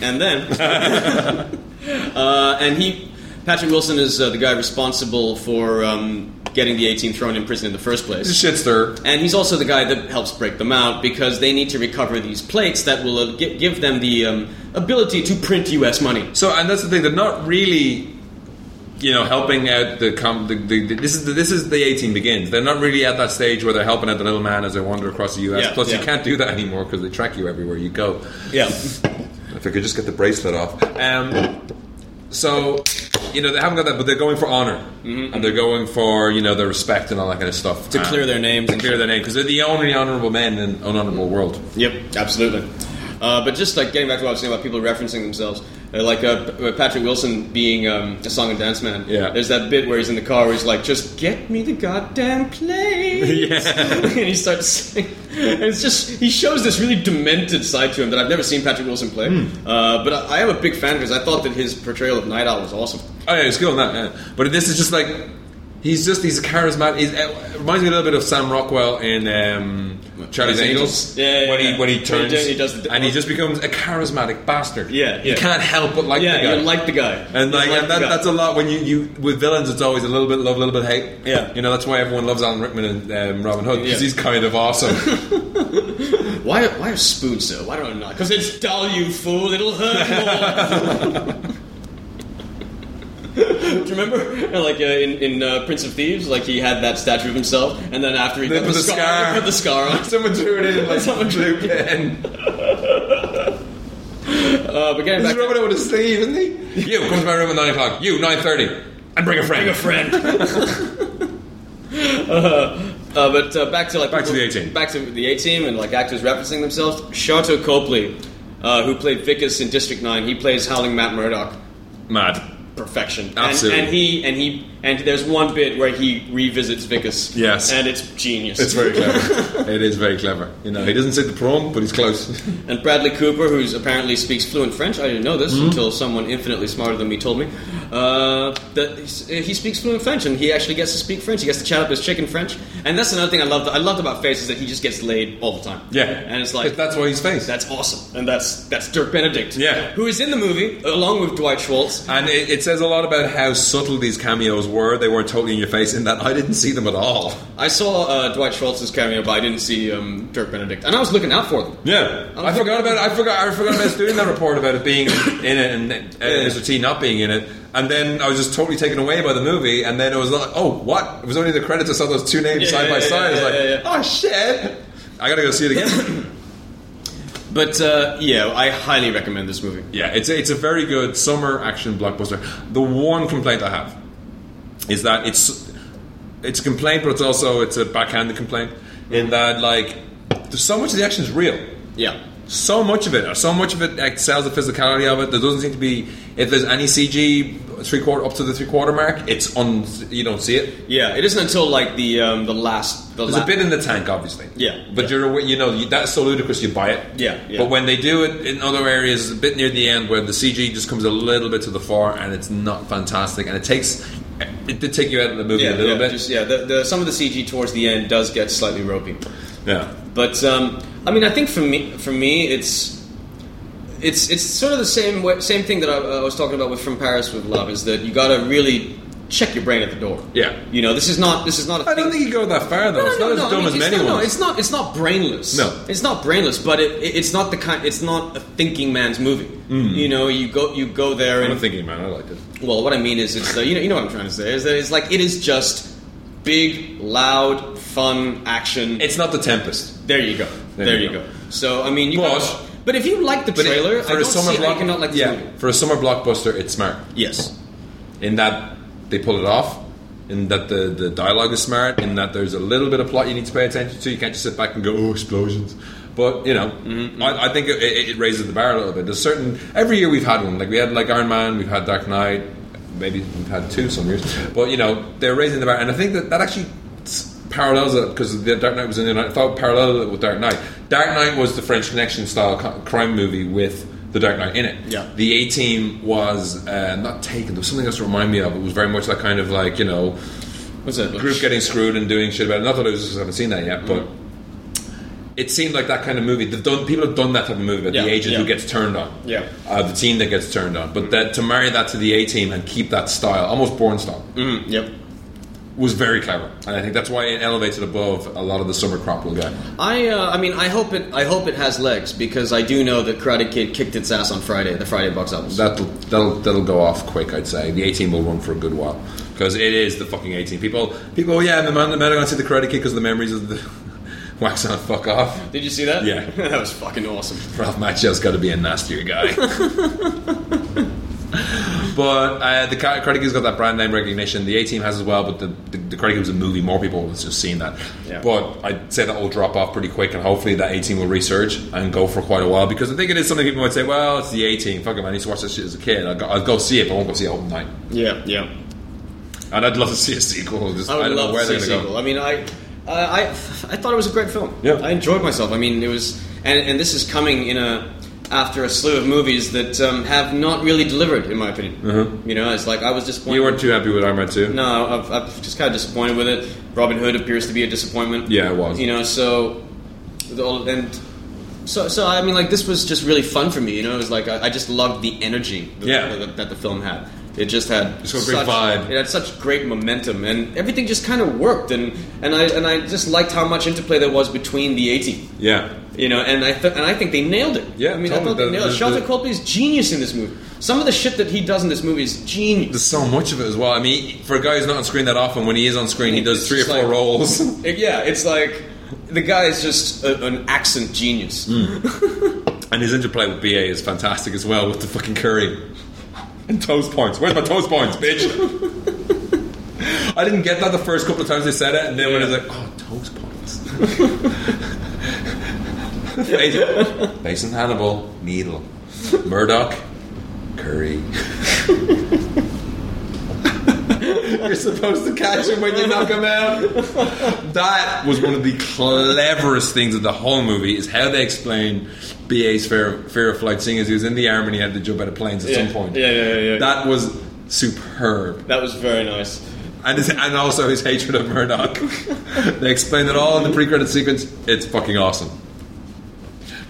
S2: and then, [LAUGHS] uh, and he, Patrick Wilson is uh, the guy responsible for um, getting the 18 thrown in prison in the first place.
S1: Shit stir.
S2: And he's also the guy that helps break them out because they need to recover these plates that will uh, gi- give them the um, ability to print U.S. money.
S1: So, and that's the thing, they're not really you know, helping out the, com- the, the, the- this is the, this is the A team begins. They're not really at that stage where they're helping out the little man as they wander across the U.S.
S2: Yeah,
S1: Plus,
S2: yeah.
S1: you can't do that anymore because they track you everywhere you go.
S2: Yeah.
S1: If I could just get the bracelet off. Um, so, you know, they haven't got that, but they're going for honor and they're going for you know their respect and all that kind of stuff
S2: Mm-hmm. To clear their names
S1: To
S2: and-
S1: clear their name because they're the only honorable men in an honorable world.
S2: Yep, absolutely. Uh, but just like getting back to what I was saying about people referencing themselves, uh, like uh, P- uh, Patrick Wilson being um, a song and dance man.
S1: Yeah.
S2: There's that bit where he's in the car where he's like, "Just get me the
S1: [LAUGHS]
S2: goddamn plane," [LAUGHS] and he starts singing. And it's just he shows this really demented side to him that I've never seen Patrick Wilson play.
S1: Hmm.
S2: Uh, but I, I am a big fan because I thought that his portrayal of Night Owl was awesome.
S1: Oh yeah, he's cool in that. Yeah. But this is just like he's just he's a charismatic. He's, it reminds me a little bit of Sam Rockwell in um, Charlie's
S2: Charlie's
S1: Angels.
S2: Angels. Yeah, yeah,
S1: when
S2: yeah.
S1: he when he
S2: He
S1: turns
S2: does- he does the-
S1: and he just becomes a charismatic bastard.
S2: Yeah,
S1: you
S2: yeah.
S1: can't help but like the guy.
S2: Yeah, you like the guy,
S1: and
S2: You
S1: like,
S2: like
S1: and
S2: the
S1: that,
S2: guy.
S1: that's a lot when you, you with villains. It's always a little bit love, a little bit hate.
S2: Yeah.
S1: you know that's why everyone loves Alan Rickman and um, Robin Hood because
S2: Yeah.
S1: he's kind of
S2: [LAUGHS]
S1: awesome.
S2: Why, why are spoons so? Why don't I not? Because it's dull, you fool. It'll hurt more. Do you remember, uh, like uh, in, in uh, Prince of Thieves, like he had that statue of himself, and then after he
S1: They
S2: got
S1: put
S2: the,
S1: the
S2: scar,
S1: scar.
S2: he put the scar on.
S1: Someone drew it in and, [LAUGHS] like
S2: Someone drew
S1: blue
S2: it.
S1: [LAUGHS] pen.
S2: Uh, but getting
S1: He's
S2: back,
S1: rubbing it with his sleeve, isn't he? You come to my room at nine o'clock. You nine thirty, and bring a friend.
S2: Being a friend. uh, uh, but uh, back to like
S1: Back to
S2: people-
S1: the A team.
S2: Back to the A team and like actors referencing themselves. Sharto Copley, uh, who played Vicus in District Nine, he plays Howling Matt Murdock.
S1: [LAUGHS] Mad.
S2: perfection. And-
S1: Absolutely.
S2: And, he and he and there's one bit where he revisits Vicus.
S1: Yes.
S2: And it's genius.
S1: It's very
S2: [LAUGHS]
S1: clever. it is very clever. You know, he doesn't say the prom, but he's close.
S2: and Bradley Cooper, who's apparently speaks fluent French. I didn't know this
S1: Mm-hmm.
S2: until someone infinitely smarter than me told me. Uh, that he's- he speaks fluent French, and he actually gets to speak French. He gets to chat up his chick in French. And that's another thing I loved. I loved about Face is that he just gets laid all the time. And it's like
S1: that's why he's face.
S2: that's awesome. And that's that's Dirk Benedict.
S1: Yeah.
S2: Who is in the movie along with Dwight Schwartz.
S1: And it, it says a lot about how subtle these cameos were. They weren't totally in your face. In that I didn't see them at all.
S2: I saw uh, Dwight Schwartz's cameo, but I didn't see um, Dirk Benedict, and I was looking out for them.
S1: Yeah, I forgot about it. I forgot. I forgot about us doing that report about it being in it and uh, Mr. T not being in it. And then I was just totally taken away by the movie. And then it was like, oh, what? It was only the credits. I saw those two names
S2: Yeah,
S1: side
S2: yeah,
S1: by
S2: yeah,
S1: side.
S2: yeah,
S1: I was
S2: yeah,
S1: like, oh shit! I gotta go see it
S2: [LAUGHS]
S1: again.
S2: But uh, yeah, I highly recommend this movie.
S1: Yeah, it's a, it's a very good summer action blockbuster. The one complaint I have is that it's it's a complaint, but it's also it's a backhanded complaint in that like there's so much of the action is real.
S2: Yeah,
S1: So much of it, so much of it like, sells the physicality of it. There doesn't seem to be if there's any CG three quarter up to the three quarter mark, it's un you don't see it.
S2: yeah. It isn't until like the um, the last the
S1: There's
S2: la-
S1: a bit in the tank, obviously.
S2: Yeah.
S1: but you're awa- you know you, that's so ludicrous you buy it.
S2: Yeah, yeah.
S1: But when they do it in other areas, a bit near the end where the CG just comes a little bit to the fore and it's not fantastic, and it takes it did take you out of the movie
S2: yeah,
S1: a little
S2: yeah,
S1: bit.
S2: Just, yeah, the, the, some of the CG towards the end does get slightly ropey.
S1: yeah,
S2: But um, I mean, I think for me, for me, it's it's it's sort of the same way, same thing that I, I was talking about with From Paris with Love is that you got to really check your brain at the door.
S1: Yeah.
S2: you know, this is not this is not a
S1: I don't think you go that far though. it's not as dumb
S2: I mean,
S1: as
S2: it's
S1: many
S2: not, No,
S1: ones.
S2: it's not. It's not brainless.
S1: No.
S2: it's not brainless. But it, it- it's not the kind. It's not a thinking man's movie. You know, you go you go there
S1: I'm
S2: and
S1: not thinking, man. Mm. I liked it.
S2: well, what I mean is, it's uh, you know you know what I'm trying to say is that it's like it is just big, loud, fun action.
S1: It's not the Tempest.
S2: there you go. There, you go. So I mean, you
S1: But-
S2: gotta- but if you like the
S1: But it-
S2: trailer, I don't see how you cannot like this
S1: yeah,
S2: movie.
S1: for a summer blockbuster, it's smart
S2: Yes.
S1: in that they pull it off, in that the, the dialogue is smart, in that there's a little bit of plot you need to pay attention to. You can't just sit back and go, oh, explosions. But you know, I, I think it, it it raises the bar a little bit. There's certain every year we've had one. Like we had like Iron Man, we've had Dark Knight, maybe we've had two some years. But you know, they're raising the bar, and I think that that actually s- parallels it because the Dark Knight was in the I thought paralleled it with Dark Knight. Dark Knight was the French Connection style co- crime movie with the Dark Knight in it.
S2: Yeah.
S1: The A Team was uh, not taken. There was something else to remind me of. It was very much that kind of like you know
S2: What's that?
S1: group getting screwed and doing shit about it. Not that I was, I haven't seen that yet, but it seemed like that kind of movie. They've done people have done that type of movie about the
S2: Mm-hmm. Yeah,
S1: agent who
S2: yeah.
S1: gets turned on,
S2: Yeah. Mm-hmm.
S1: uh, the team that gets
S2: Mm-hmm.
S1: turned on. But that to marry that to the A Team and keep that style, almost born style.
S2: Mm, yep.
S1: was very clever, and I think that's why it elevates it above a lot of the summer crop will get.
S2: I, uh, I mean, I hope it. I hope it has legs because I do know that Karate Kid kicked its ass on Friday, the Friday box office.
S1: That'll that'll that'll go off quick, I'd say. The 18 will run for a good while because it is the fucking 18. People, people, yeah, the man, the man are going to see the Karate Kid because the memories of the [LAUGHS] wax on, fuck off.
S2: Did you see that?
S1: Yeah.
S2: [LAUGHS] that was fucking awesome.
S1: Ralph Macchio's got to be a nastier
S2: [LAUGHS]
S1: guy. but uh, the Kar- Karate Kid's got that brand name recognition. The A Team has as well, but the, the, the Karate Kid was a movie. More people have just seen that.
S2: Yeah.
S1: But I'd say that will drop off pretty quick, and hopefully that A Team will resurge and go for quite a while because I think it is something people might say, well, it's the A Team. Fuck it, man. I used to watch that shit as a kid. I'll go, I'll go see it, but I won't go see it all night.
S2: Yeah, yeah.
S1: And I'd love to see a sequel. Just,
S2: I would
S1: I don't
S2: love
S1: know where
S2: to see
S1: they're
S2: a
S1: going to go.
S2: sequel. I mean, I, uh, I, I thought it was a great film.
S1: Yeah.
S2: I enjoyed myself. I mean, it was, and, and this is coming in a after a slew of movies that um, have not really delivered, in my opinion.
S1: Uh-huh.
S2: You know, it's like I was disappointed.
S1: You weren't too happy with Iron Man 2?
S2: no, I've, I've just kind of disappointed with it. Robin Hood appears to be a disappointment.
S1: Yeah, it was.
S2: You know, so the all- and. So, so I mean, like this was just really fun for me. You know, it was like I, I just loved the energy that,
S1: Yeah.
S2: that, that the film had. It just had
S1: It's got a great vibe.
S2: It had such great momentum, and everything just kind of worked. And, and I and I just liked how much interplay there was between the 80,
S1: Yeah.
S2: you know. And I th- and I think they nailed it.
S1: Yeah,
S2: I mean, I
S1: totally.
S2: thought they
S1: The-
S2: nailed it.
S1: the-
S2: Shelter
S1: the-
S2: Copley is genius in this movie. Some of the shit that he does in this movie is genius.
S1: There's so much of it as well. I mean, for a guy who's not on screen that often, when he is on screen, he does three or
S2: It's
S1: four
S2: like-
S1: roles. [LAUGHS]
S2: It- yeah, it's like the guy is just a, an accent genius.
S1: And his interplay with BA is fantastic as well with the fucking curry. And toast points. Where's my toast points,
S2: [LAUGHS]
S1: bitch? I didn't get that the first couple of times they said it, and then when I was like, oh, toast
S2: [LAUGHS]
S1: points. Mason- Mason Hannibal, needle. Murdoch, curry. [LAUGHS] You're supposed to catch him when you knock him out. That was one of the cleverest things of the whole movie is how they explain BA's fear, fear of flight, seeing as he was in the army and he had to jump out of planes at
S2: Yeah.
S1: some point.
S2: Yeah, yeah, yeah, yeah.
S1: That was superb.
S2: That was very nice.
S1: And, his, and also his hatred of Murdoch. they explained it all in the pre-credit sequence. It's fucking awesome.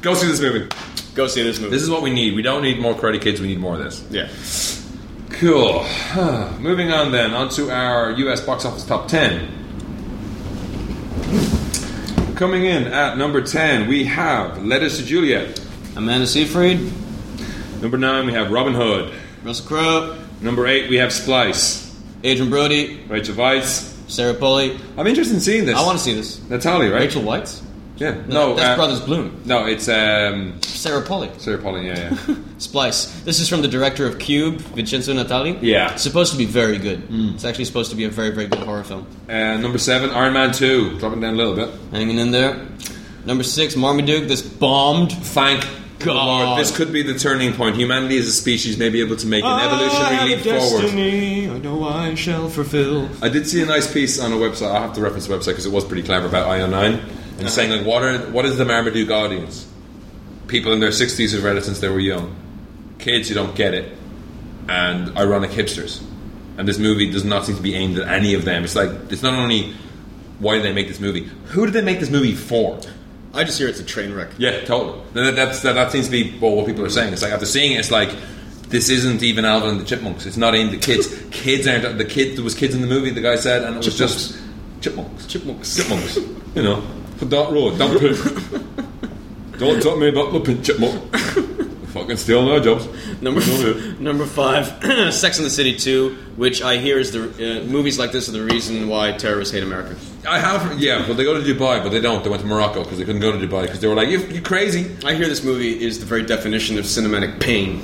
S1: Go see this movie.
S2: Go see this movie.
S1: This is what we need. We don't need more Karate Kids. We need more of this.
S2: yeah.
S1: Cool. [SIGHS] Moving on then, onto our US box office top 10. Coming in at number 10, we have Letters to Juliet.
S2: Amanda Seyfried,
S1: Number 9, we have Robin Hood.
S2: Russell Crowe,
S1: Number 8, we have Splice.
S2: Adrian Brody,
S1: Rachel Weisz.
S2: Sarah Polley.
S1: I'm interested in seeing this.
S2: I want to see this.
S1: Natalie, right?
S2: Rachel White?
S1: Yeah. No,
S2: that's
S1: uh,
S2: Brothers Bloom.
S1: No, it's um,
S2: Sarah Polley.
S1: Sarah Pauline, yeah, yeah.
S2: Splice. This is from the director of Cube, Vincenzo Natali.
S1: Yeah.
S2: It's supposed to be very good. It's actually supposed to be a very, very good horror film. [LAUGHS]
S1: uh, number 7, Iron Man 2. Dropping down a little bit.
S2: Hanging in there. Number six, Marmaduke. This bombed.
S1: Thank
S2: God.
S1: God. This could be the turning point. Humanity as a species may be able to make an
S2: Ah,
S1: evolutionary leap forward.
S2: I know I shall fulfill.
S1: I did see a nice piece on a website. I have to reference the website because it was pretty clever about Ion Nine and saying like, what are what is the Marmaduke audience? People in their sixties who've read it since they were young, kids who don't get it, and ironic hipsters. And this movie does not seem to be aimed at any of them. It's like it's not only why did they make this movie? Who did they make this movie for?
S2: I just hear it's a train wreck.
S1: Yeah, totally. That, that- that's, that, that seems to be well, what people are saying. It's like after seeing it, it's like this isn't even Alvin and the Chipmunks. It's not aimed at kids. kids aren't the kid. There was kids in the movie. The guy said, and it was just chipmunks.
S2: Chipmunks.
S1: Chipmunks. you know, for that road, don't poop. don't talk to me about flipping chipmunk. [LAUGHS] Fucking stealing our jobs.
S2: Number
S1: Don't do it.
S2: number five, [CLEARS THROAT] Sex and the City two, which I hear is the uh, movies like this are the reason why terrorists hate America.
S1: I have, yeah, well, they go to Dubai, but they don't. They went to Morocco because they couldn't go to Dubai because they were like, you, you crazy.
S2: I hear this movie is the very definition of cinematic pain.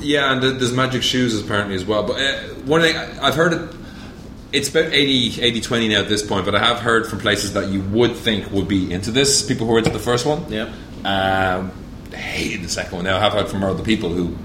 S1: Yeah, and th- there's magic shoes apparently as well. But uh, one thing I- I've heard it, it's about 80, 80 20 now at this point, but I have heard from places that you would think would be into this, people who were into the first one.
S2: Yep.
S1: Um, hated the second one. Now, I have heard from other people who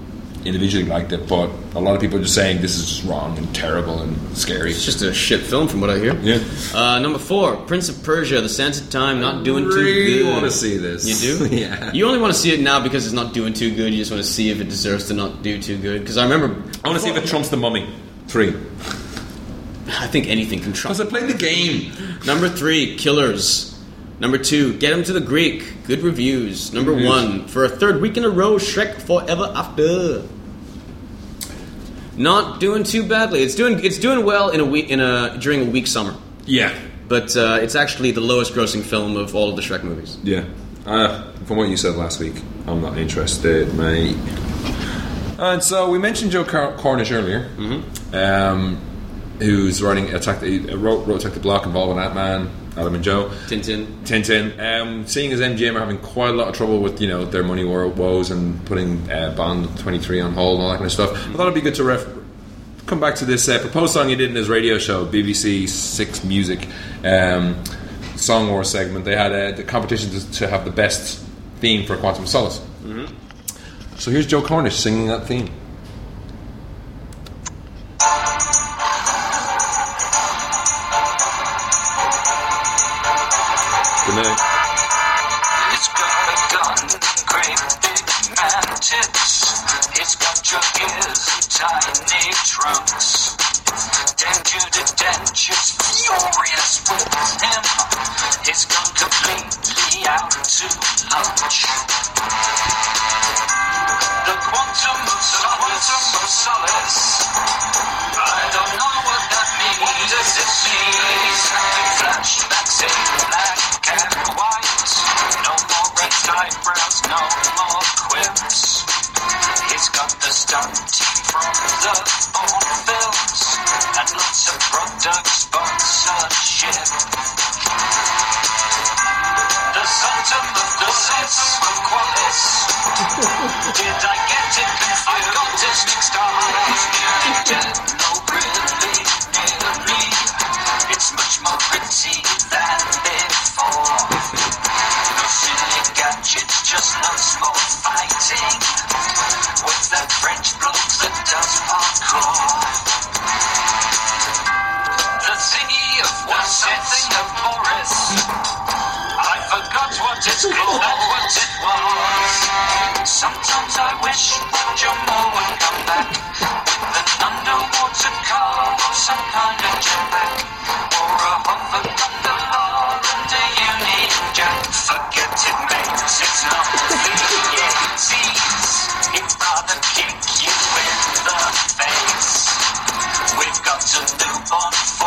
S1: individually liked it, but a lot of people are just saying this is just wrong and terrible and scary.
S2: It's just a shit film, from what I hear.
S1: Yeah.
S2: Uh, number four, Prince of Persia: The Sands of Time. Not doing
S1: really
S2: too good.
S1: want to see this.
S2: You do?
S1: [LAUGHS] yeah.
S2: You only want to see it now because it's not doing too good. You just want to see if it deserves to not do too good. Because I remember,
S1: I want to see if it trumps the mummy. Three.
S2: I think anything can trump.
S1: Because I played the game.
S2: Number three, Killers. Number two, Get Him to the Greek. Good reviews. Number
S1: reviews.
S2: one, for a third week in a row, Shrek Forever After. not doing too badly. It's doing it's doing well in a week in a during a weak summer,
S1: Yeah,
S2: but uh, it's actually the lowest grossing film of all of the Shrek movies.
S1: yeah. Uh, from what you said last week, I'm not interested, mate. And so we mentioned Joe Car- Cornish earlier, mm-hmm. um, who's writing Attack the uh, wrote, wrote Attack the Block involving Ant Man, Adam and Joe.
S2: Tintin.
S1: Tintin, um, seeing as MGM are having quite a lot of trouble with you know their money wo- woes and putting uh, Bond 23 on hold and all that kind of stuff, I thought it'd be good to ref- come back to this uh, proposed song he did in his radio show, BBC Six Music um, Song War segment. They had uh, the competition to, to have the best theme for Quantum of Solace. So here's Joe Cornish singing that theme. Good night.
S3: It's got a gun, great big man tits. It's got your ears, tiny trunks. Dent you to dent, it's furious with him. It's gone completely out to lunch. The quantum of solace. Quantum of solace. I don't know what that means. What does it mean? Having flashbacks in black and white. No more red eyebrows, no more quips. It's got the stunty from the old films and lots of product sponsorship. The Sultan of the Sultan of Qualis. Did I get it confused? I got this mixed up. No, really, really. It's much more pretty than before. No silly gadgets, just lots more fighting. With that French bloke that does parkour. The thingy of what's the thing of Morris. I forgot what it's called and what it was. Sometimes I wish Jumbo would come back with an underwater car or some kind of jetpack or a hover gondola and a union jack. Forget it, mate. It's not the eighties. It'd rather kick you in the face. We've got a newborn